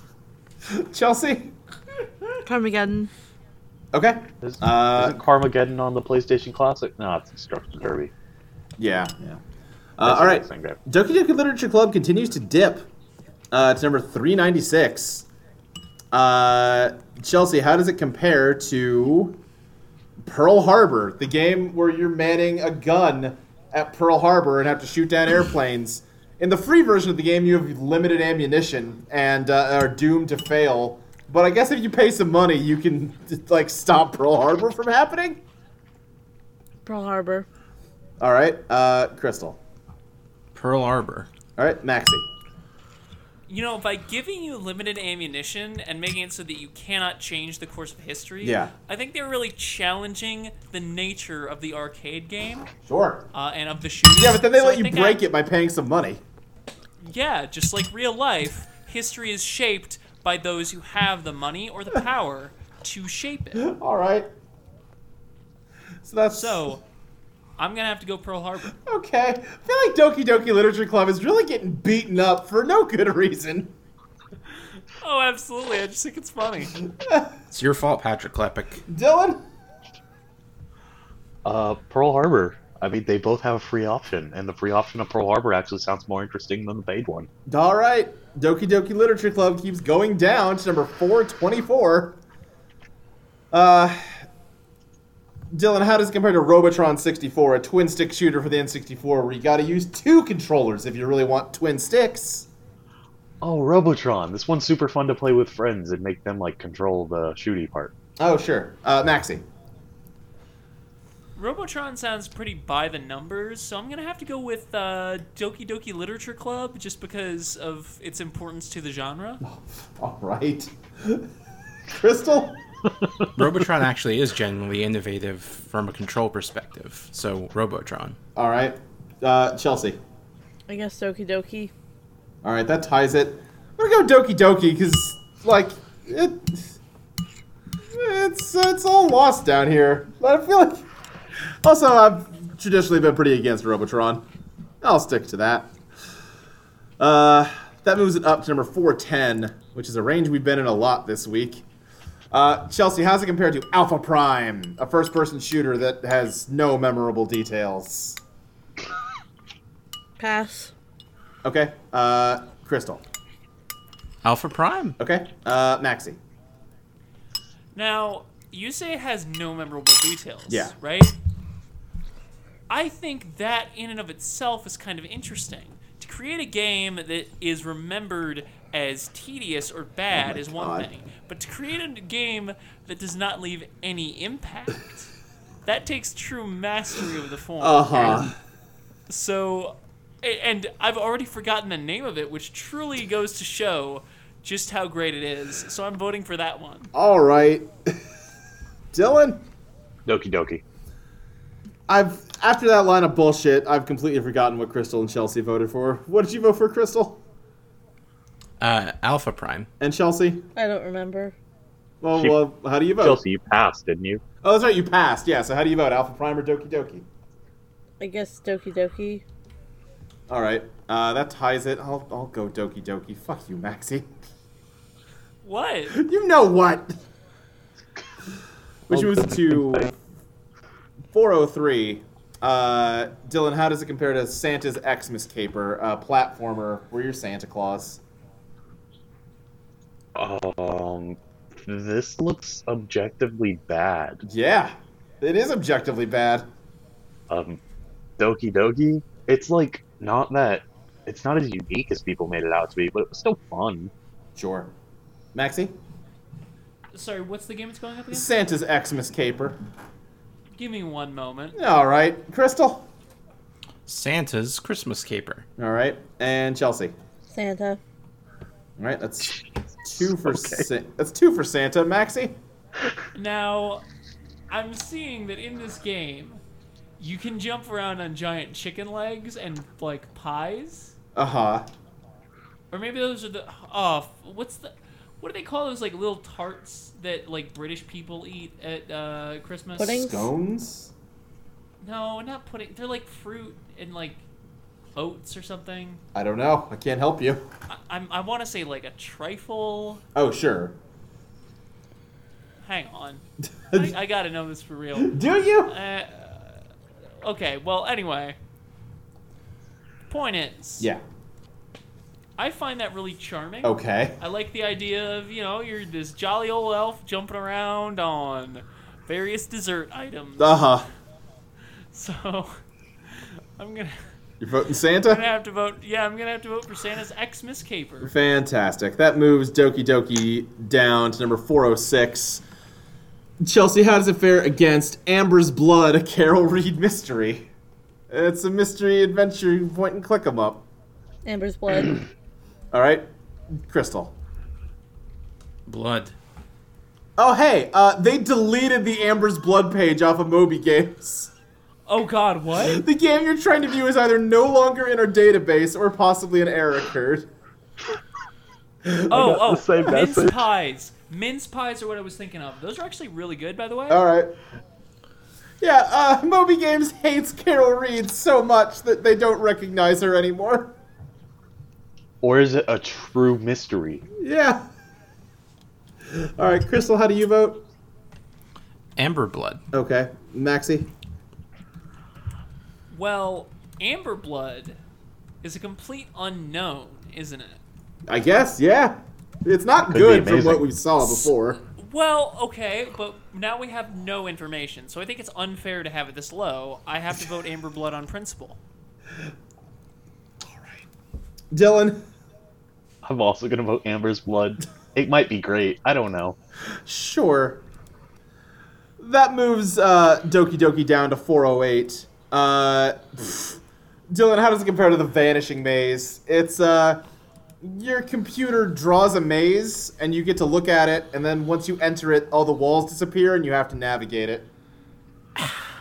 Speaker 2: Chelsea?
Speaker 3: Carmageddon.
Speaker 2: Okay.
Speaker 6: Is,
Speaker 2: Uh,
Speaker 6: isn't Carmageddon on the PlayStation Classic? No, it's Instructor Derby.
Speaker 2: Yeah, yeah. Uh,
Speaker 6: That's
Speaker 2: all
Speaker 6: a
Speaker 2: right.
Speaker 6: racing game.
Speaker 2: Doki Doki Literature Club continues to dip uh, to number 396. Uh, Chelsea, how does it compare to Pearl Harbor, the game where you're manning a gun at Pearl Harbor and have to shoot down airplanes? In the free version of the game, you have limited ammunition and uh, are doomed to fail. But I guess if you pay some money, you can like stop Pearl Harbor from happening.
Speaker 3: Pearl Harbor.
Speaker 2: All right, uh, Crystal.
Speaker 4: Pearl Harbor.
Speaker 2: All right, Maxie.
Speaker 5: You know, by giving you limited ammunition and making it so that you cannot change the course of history,
Speaker 2: Yeah.
Speaker 5: I think they're really challenging the nature of the arcade game
Speaker 2: Sure.
Speaker 5: uh, and of the shooting.
Speaker 2: Yeah, but then they let you break it by paying some money.
Speaker 5: Yeah, just like real life, history is shaped by those who have the money or the power to shape it.
Speaker 2: All right. So that's
Speaker 5: So, I'm gonna have to go Pearl Harbor.
Speaker 2: okay. I feel like Doki Doki Literature Club is really getting beaten up for no good reason.
Speaker 5: Oh, absolutely! I just think it's funny.
Speaker 4: It's your fault, Patrick Klepek.
Speaker 2: Dylan.
Speaker 6: Uh, Pearl Harbor. I mean, they both have a free option, and the free option of Pearl Harbor actually sounds more interesting than the paid one.
Speaker 2: All right. Doki Doki Literature Club keeps going down to number four twenty-four. Uh, Dylan, how does it compare to Robotron sixty-four, a twin-stick shooter for the N sixty-four, where you got to use two controllers if you really want twin sticks?
Speaker 6: Oh, Robotron. This one's super fun to play with friends and make them like control the shooty part.
Speaker 2: Oh, sure. Uh, Maxie.
Speaker 5: Robotron sounds pretty by the numbers, so I'm gonna have to go with uh, Doki Doki Literature Club just because of its importance to the genre.
Speaker 2: All right. Crystal?
Speaker 4: Robotron actually is genuinely innovative from a control perspective, so Robotron.
Speaker 2: All right. Uh, Chelsea.
Speaker 3: I guess Doki Doki.
Speaker 2: All right, that ties it. I'm going to go Doki Doki because, like, it, it's, it's all lost down here. I feel like. Also, I've traditionally been pretty against Robotron. I'll stick to that. Uh, that moves it up to number 410, which is a range we've been in a lot this week. Uh, Chelsea, how's it compared to Alpha Prime, a first person shooter that has no memorable details?
Speaker 3: Pass.
Speaker 2: Okay. Uh, Crystal.
Speaker 4: Alpha Prime.
Speaker 2: Okay. Uh, Maxie.
Speaker 5: Now, you say it has no memorable details,
Speaker 2: Yeah.
Speaker 5: right? I think that in and of itself is kind of interesting. To create a game that is remembered as tedious or bad
Speaker 2: Oh my
Speaker 5: is one
Speaker 2: God.
Speaker 5: thing, but to create a game that does not leave any impact, that takes true mastery of the form.
Speaker 2: Uh huh.
Speaker 5: So, a- and I've already forgotten the name of it, which truly goes to show just how great it is. So I'm voting for that one.
Speaker 2: All right. Dylan,
Speaker 6: Doki Doki.
Speaker 2: I've after that line of bullshit, I've completely forgotten what Crystal and Chelsea voted for. What did you vote for, Crystal
Speaker 4: Uh, Alpha Prime.
Speaker 2: and Chelsea?
Speaker 3: I don't remember.
Speaker 2: Well,
Speaker 6: She-
Speaker 2: well, how do you vote?
Speaker 6: Chelsea, you passed, didn't you?
Speaker 2: Oh, that's right. You passed. Yeah. So how do you vote? Alpha Prime or Doki Doki?
Speaker 3: I guess Doki Doki.
Speaker 2: All right. Uh, that ties it. I'll, I'll go Doki Doki. Fuck you, Maxie.
Speaker 5: What?
Speaker 2: You know what? Which moves to 403. Uh, Dylan, how does it compare to Santa's Xmas Caper, uh, platformer where you're Santa Claus?
Speaker 6: Um, this looks objectively bad.
Speaker 2: Yeah, it is objectively bad.
Speaker 6: Um, Doki Doki. It's like not that. It's not as unique as people made it out to be, but it was still fun.
Speaker 2: Sure. Maxie?
Speaker 5: Sorry, what's the game it's going up against?
Speaker 2: Santa's Xmas Caper.
Speaker 5: Give me one moment.
Speaker 2: All right. Crystal?
Speaker 4: Santa's Christmas Caper.
Speaker 2: All right. And Chelsea?
Speaker 3: Santa.
Speaker 2: All right, that's two for Sa- that's two for Santa, Maxie.
Speaker 5: Now, I'm seeing that in this game, you can jump around on giant chicken legs and like pies,
Speaker 2: Uh huh.
Speaker 5: or maybe those are the oh, f- what's the what do they call those like little tarts that like British people eat at uh, Christmas?
Speaker 3: Pudding?
Speaker 2: Scones.
Speaker 5: No, not pudding. They're like fruit and like oats or something.
Speaker 2: I don't know. I can't help you.
Speaker 5: I, I'm, I want to say like a trifle.
Speaker 2: Oh sure.
Speaker 5: Hang on, I, I gotta know this for real.
Speaker 2: Do you?
Speaker 5: Uh, okay, well, anyway. Point is,
Speaker 2: Yeah.
Speaker 5: I find that really charming.
Speaker 6: Oh.
Speaker 2: Okay.
Speaker 5: I like the idea of, you know, you're this jolly old elf jumping around on various dessert items.
Speaker 2: Uh huh.
Speaker 5: So, I'm gonna,
Speaker 2: You're voting
Speaker 5: gonna
Speaker 2: Santa.
Speaker 5: have to vote. Yeah, I'm gonna have to vote for Santa's Xmas Caper.
Speaker 2: Fantastic. That moves Doki Doki down to number 406. Chelsea, how does it fare against Amber's Blood, a Carol Reed mystery? It's a mystery adventure point and click 'em up.
Speaker 3: Amber's blood.
Speaker 2: All right, Crystal.
Speaker 4: Blood.
Speaker 2: Oh hey, uh, they deleted the Amber's Blood page off of Moby Games.
Speaker 5: Oh God, what?
Speaker 2: The game you're trying to view is either no longer in our database or possibly an error occurred.
Speaker 5: Oh, oh,
Speaker 6: the same
Speaker 5: mince
Speaker 6: message.
Speaker 5: pies. Mince pies are what I was thinking of. Those are actually really good, by the way.
Speaker 6: Oh.
Speaker 2: All right. Yeah, uh, Moby Games hates Carol Reed so much that they don't recognize her anymore.
Speaker 6: Or is it a true mystery?
Speaker 2: Yeah. All right, Crystal, how do you vote?
Speaker 4: Amber Blood.
Speaker 2: Okay, Maxie.
Speaker 5: Well, Amber Blood is a complete unknown, isn't it?
Speaker 2: I guess, yeah. It's not
Speaker 6: be
Speaker 2: good from
Speaker 6: amazing.
Speaker 2: what we saw before.
Speaker 5: Well, okay, but now we have no information, so I think it's unfair to have it this low. I have to vote Amber Blood on principle.
Speaker 2: Dylan.
Speaker 6: I'm also gonna vote Amber's Blood. It might be great. I don't know.
Speaker 2: Sure. That moves uh, Doki Doki down to 408. Uh, pfft. Dylan, how does it compare to the Vanishing Maze? It's uh, your computer draws a maze, and you get to look at it, and then once you enter it, all the walls disappear, and you have to navigate it.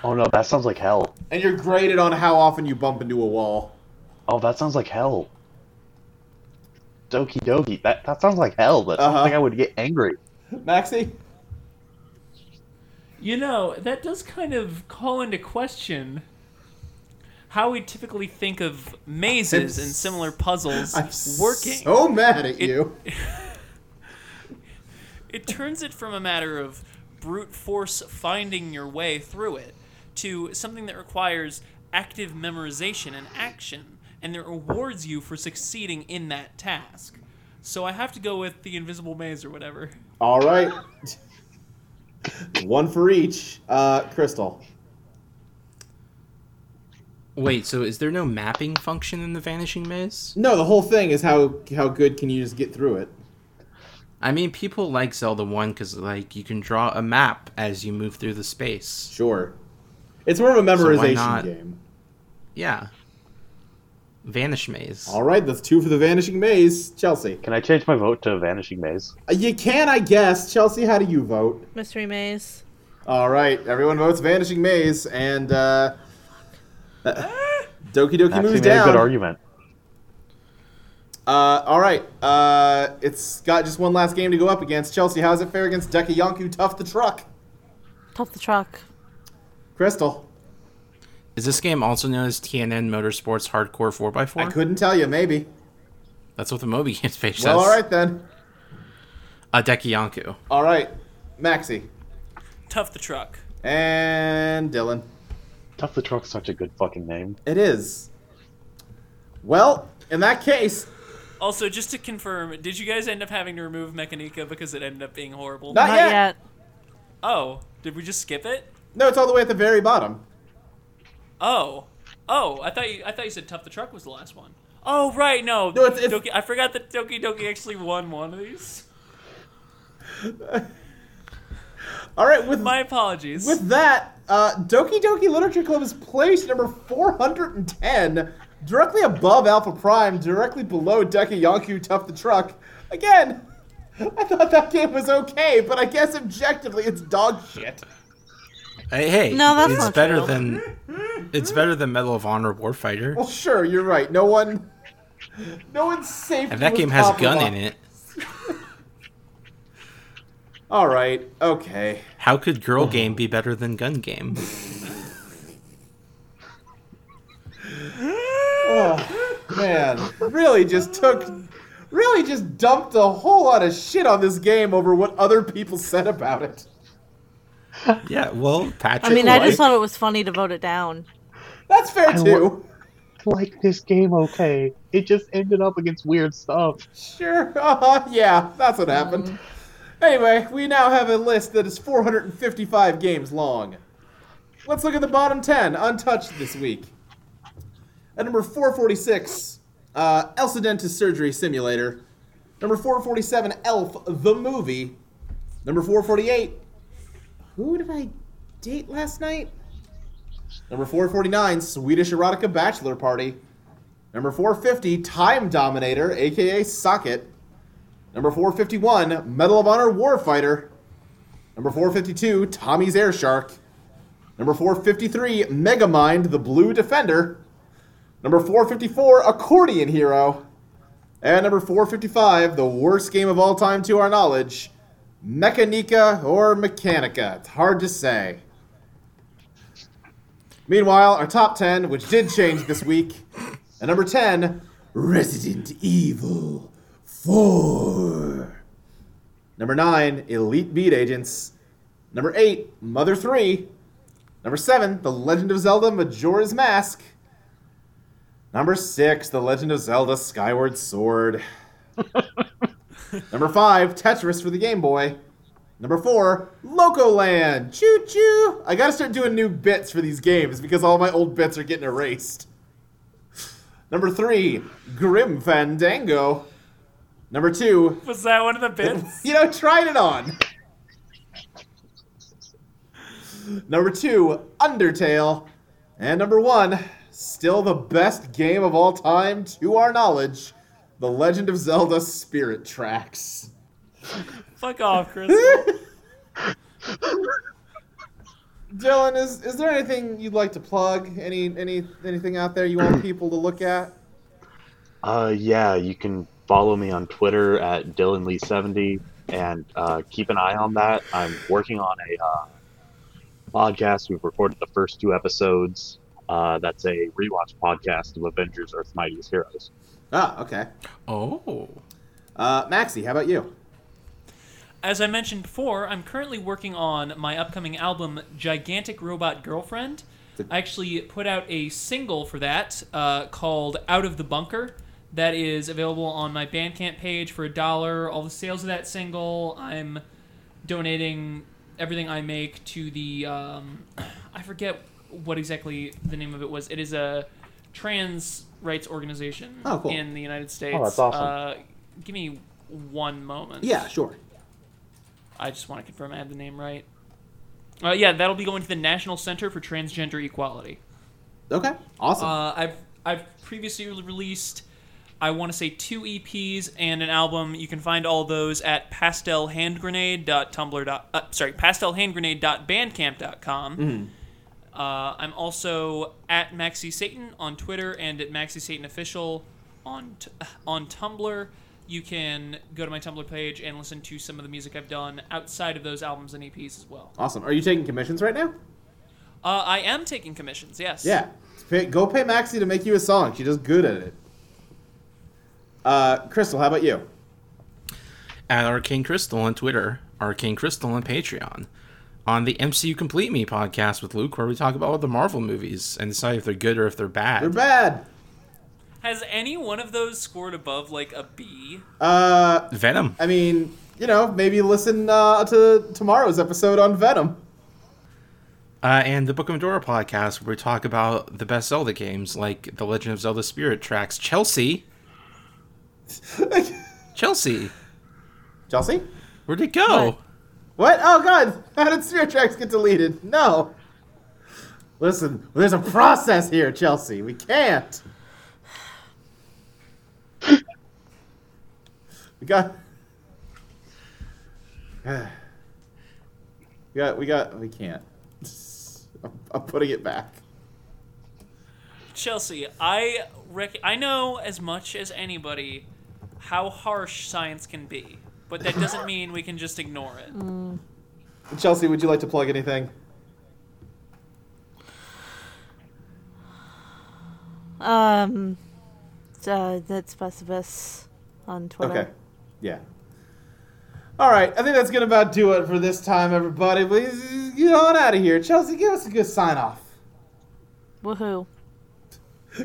Speaker 6: Oh no, that sounds like hell.
Speaker 2: And you're graded on how often you bump into a wall.
Speaker 6: Oh, that sounds like hell. Doki Doki. That that sounds like hell. But I
Speaker 2: Uh-huh.
Speaker 6: don't think I would get angry.
Speaker 2: Maxie?
Speaker 5: You know, that does kind of call into question how we typically think of mazes
Speaker 2: I'm
Speaker 5: and similar puzzles
Speaker 2: I'm
Speaker 5: working.
Speaker 2: so mad at
Speaker 5: It-
Speaker 2: you.
Speaker 5: it turns it from a matter of brute force finding your way through it to something that requires active memorization and action and that rewards you for succeeding in that task. So I have to go with the invisible maze or whatever.
Speaker 2: All right. One for each. Uh, Crystal.
Speaker 4: Wait, so is there no mapping function in the Vanishing Maze?
Speaker 2: No, the whole thing is how how good can you just get through it.
Speaker 4: I mean, people like Zelda 1 because, like, you can draw a map as you move through the space.
Speaker 2: Sure. It's more of a
Speaker 4: So why
Speaker 2: memorization
Speaker 4: not?
Speaker 2: game.
Speaker 4: Yeah. Vanish Maze.
Speaker 2: All right, that's two for the Vanishing Maze. Chelsea.
Speaker 6: Can I change my vote to Vanishing Maze?
Speaker 2: Uh, You can, I guess. Chelsea, how do you vote?
Speaker 3: Mystery maze.
Speaker 2: All right, everyone votes Vanishing Maze, and uh, uh, Doki Doki
Speaker 6: Actually,
Speaker 2: moves
Speaker 6: made a good
Speaker 2: down.
Speaker 6: argument.
Speaker 2: Uh, all right, uh, it's got just one last game to go up against. Chelsea, how's it fare against Deka Yonku Tough the Truck?
Speaker 3: Tough the truck.
Speaker 2: Crystal,
Speaker 4: Is this game also known as TNN Motorsports Hardcore 4x4?
Speaker 2: I couldn't tell you. Maybe.
Speaker 4: That's what the Moby Games page
Speaker 2: Well,
Speaker 4: says. Uh,
Speaker 2: all right then.
Speaker 4: a Dekiyanku.
Speaker 2: All right, Maxie
Speaker 5: Tough the truck.
Speaker 2: and Dylan.
Speaker 6: Tough the Truck's such a good fucking name.
Speaker 2: It is. Well, in that case,
Speaker 5: Also, just to confirm, did you guys end up having to remove Mechanica because it ended up being horrible?
Speaker 2: Not
Speaker 3: Not
Speaker 2: yet.
Speaker 3: yet.
Speaker 5: oh, did we just skip it?
Speaker 2: no, it's all the way at the very bottom.
Speaker 5: Oh, oh, I thought you, I thought you said Tough the Truck was the last one. Oh right, no,
Speaker 2: No, it's- it's-
Speaker 5: Doki, I forgot that Doki Doki actually won one of these.
Speaker 2: All right, with
Speaker 5: My apologies.
Speaker 2: with that, uh, Doki Doki Literature Club is placed number 410, directly above Alpha Prime, directly below Deki Yonku Tough the Truck. Again, I thought that game was okay, but I guess objectively it's dog shit.
Speaker 4: Hey, hey
Speaker 3: No, that's
Speaker 4: it's
Speaker 3: not
Speaker 4: better
Speaker 3: true.
Speaker 4: than it's better than Medal of Honor Warfighter,
Speaker 2: Well, sure, you're right. No one, no one's safe.
Speaker 4: and that game has a gun in it.
Speaker 2: All right, okay.
Speaker 4: How could girl game be better than gun game?
Speaker 2: Oh, man, really just took, really just dumped a whole lot of shit on this game over what other people said about it.
Speaker 4: Yeah, well, Patrick.
Speaker 3: I mean, I just
Speaker 4: liked-
Speaker 3: thought it was funny to vote it down.
Speaker 2: That's fair
Speaker 6: wa-
Speaker 2: too.
Speaker 6: Like this game, okay? It just ended up against weird stuff.
Speaker 2: Sure. Uh, yeah, that's what happened. Anyway, we now have a list that is 455 games long. Let's look at the bottom 10, untouched this week. At number 446, uh, Elsa Dentist Surgery Simulator. Number 447, Elf the Movie. Number 448, who did I date last night? Number 449, Swedish Erotica Bachelor Party. Number 450, Time Dominator, aka Socket. Number 451, Medal of Honor Warfighter. Number 452, Tommy's Air Shark. Number 453, Megamind, the Blue Defender. Number 454, Accordion Hero. And number 455, the worst game of all time to our knowledge, Mechanica or Mechanica. It's hard to say. Meanwhile, our top 10, which did change this week. At number 10, Resident Evil 4. Number 9, Elite Beat Agents. Number 8, Mother 3. Number 7, The Legend of Zelda Majora's Mask. Number 6, The Legend of Zelda Skyward Sword. Number 5, Tetris for the Game Boy. Number 4, Locoland. Choo choo. I gotta start doing new bits for these games because all my old bits are getting erased. Number three, Grim Fandango. Number two,
Speaker 5: was that one of the bits?
Speaker 2: you know, tried it on. Number two, Undertale. And number one, still the best game of all time to our knowledge, The Legend of Zelda Spirit Tracks.
Speaker 5: Fuck off, Chris.
Speaker 2: Dylan, is, is there anything you'd like to plug? Any any anything out there you want people to look at?
Speaker 6: Uh, yeah, you can follow me on Twitter at DylanLee70 and uh, keep an eye on that. I'm working on a uh, podcast. We've recorded the first two episodes. Uh, that's a rewatch podcast of Avengers Earth's Mightiest Heroes.
Speaker 2: Ah, okay.
Speaker 4: Oh,
Speaker 2: Uh, Maxie, how about you?
Speaker 5: As I mentioned before, I'm currently working on my upcoming album, Gigantic Robot Girlfriend. I actually put out a single for that uh, called Out of the Bunker. That is available on my Bandcamp page for a dollar. All the sales of that single, I'm donating everything I make to the. Um, I forget what exactly the name of it was. It is a trans rights organization
Speaker 2: Oh, cool.
Speaker 5: in the United States.
Speaker 6: that's awesome.
Speaker 5: Uh, give me one moment.
Speaker 2: Yeah, sure.
Speaker 5: I just want to confirm I have the name right. Uh, yeah, that'll be going to the National Center for Transgender Equality.
Speaker 2: Okay, awesome.
Speaker 5: Uh, I've I've previously released, I want to say two EPs and an album. You can find all those at pastelhandgrenade.tumblr. Uh, sorry, pastelhandgrenade.bandcamp.com. Uh, I'm also at Maxi Satan on Twitter and at Maxi Satan Official on t- uh, on Tumblr. You can go to my Tumblr page and listen to some of the music I've done outside of those albums and EPs as well.
Speaker 2: awesome. Are you taking commissions right now?
Speaker 5: Uh, I am taking commissions. Yes.
Speaker 2: Yeah. Pay, go pay Maxie to make you a song. She does good at it. Uh, Crystal, how about you?
Speaker 4: at Arcane Crystal on Twitter, Arcane Crystal on Patreon, on the MCU Complete Me podcast with Luke, where we talk about all the Marvel movies and decide if they're good or if they're bad.
Speaker 2: They're bad.
Speaker 5: Has any one of those scored above like a B?
Speaker 2: Uh,
Speaker 4: Venom.
Speaker 2: I mean, you know, maybe listen uh, to tomorrow's episode on Venom.
Speaker 4: Uh, and the Book of Dora podcast, where we talk about the best Zelda games, like The Legend of Zelda Spirit Tracks, Chelsea. Chelsea,
Speaker 2: Chelsea?
Speaker 4: where'd it go?
Speaker 3: What?
Speaker 2: What? Oh God! How did Spirit Tracks get deleted? No. Listen, there's a process here, Chelsea. We can't. We got. We got. We got. We can't. I'm, I'm putting it back.
Speaker 5: Chelsea, I rec- I know as much as anybody how harsh science can be, but that doesn't mean we can just ignore it.
Speaker 2: Chelsea, would you like to plug anything?
Speaker 3: Um, uh, that's Pacifist on Twitter.
Speaker 2: Okay. Yeah. All right. I think that's gonna about do it for this time, everybody. Please get on out of here, Chelsea. Give us a good sign off.
Speaker 3: Woohoo.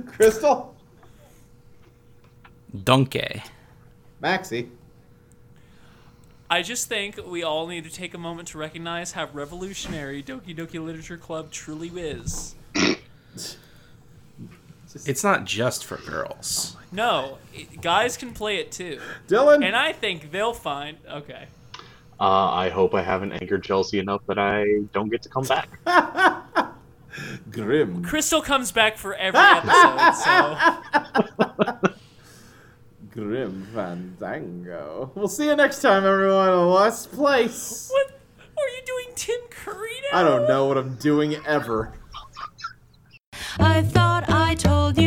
Speaker 2: Crystal,
Speaker 4: Donkey.
Speaker 2: Maxie.
Speaker 5: I just think we all need to take a moment to recognize how revolutionary Doki Doki Literature Club truly is.
Speaker 4: It's not just for girls.
Speaker 5: No, it, guys can play it too.
Speaker 2: Dylan.
Speaker 5: And I think they'll find. Okay.
Speaker 6: Uh, I hope I haven't angered Chelsea enough that I don't get to come back.
Speaker 2: Grim.
Speaker 5: Crystal comes back for every episode, so.
Speaker 2: Grim Fandango. We'll see you next time, everyone, on Lost Place.
Speaker 5: What? Are you doing Tim Curry now?
Speaker 2: I don't know what I'm doing ever.
Speaker 1: I thought I told you.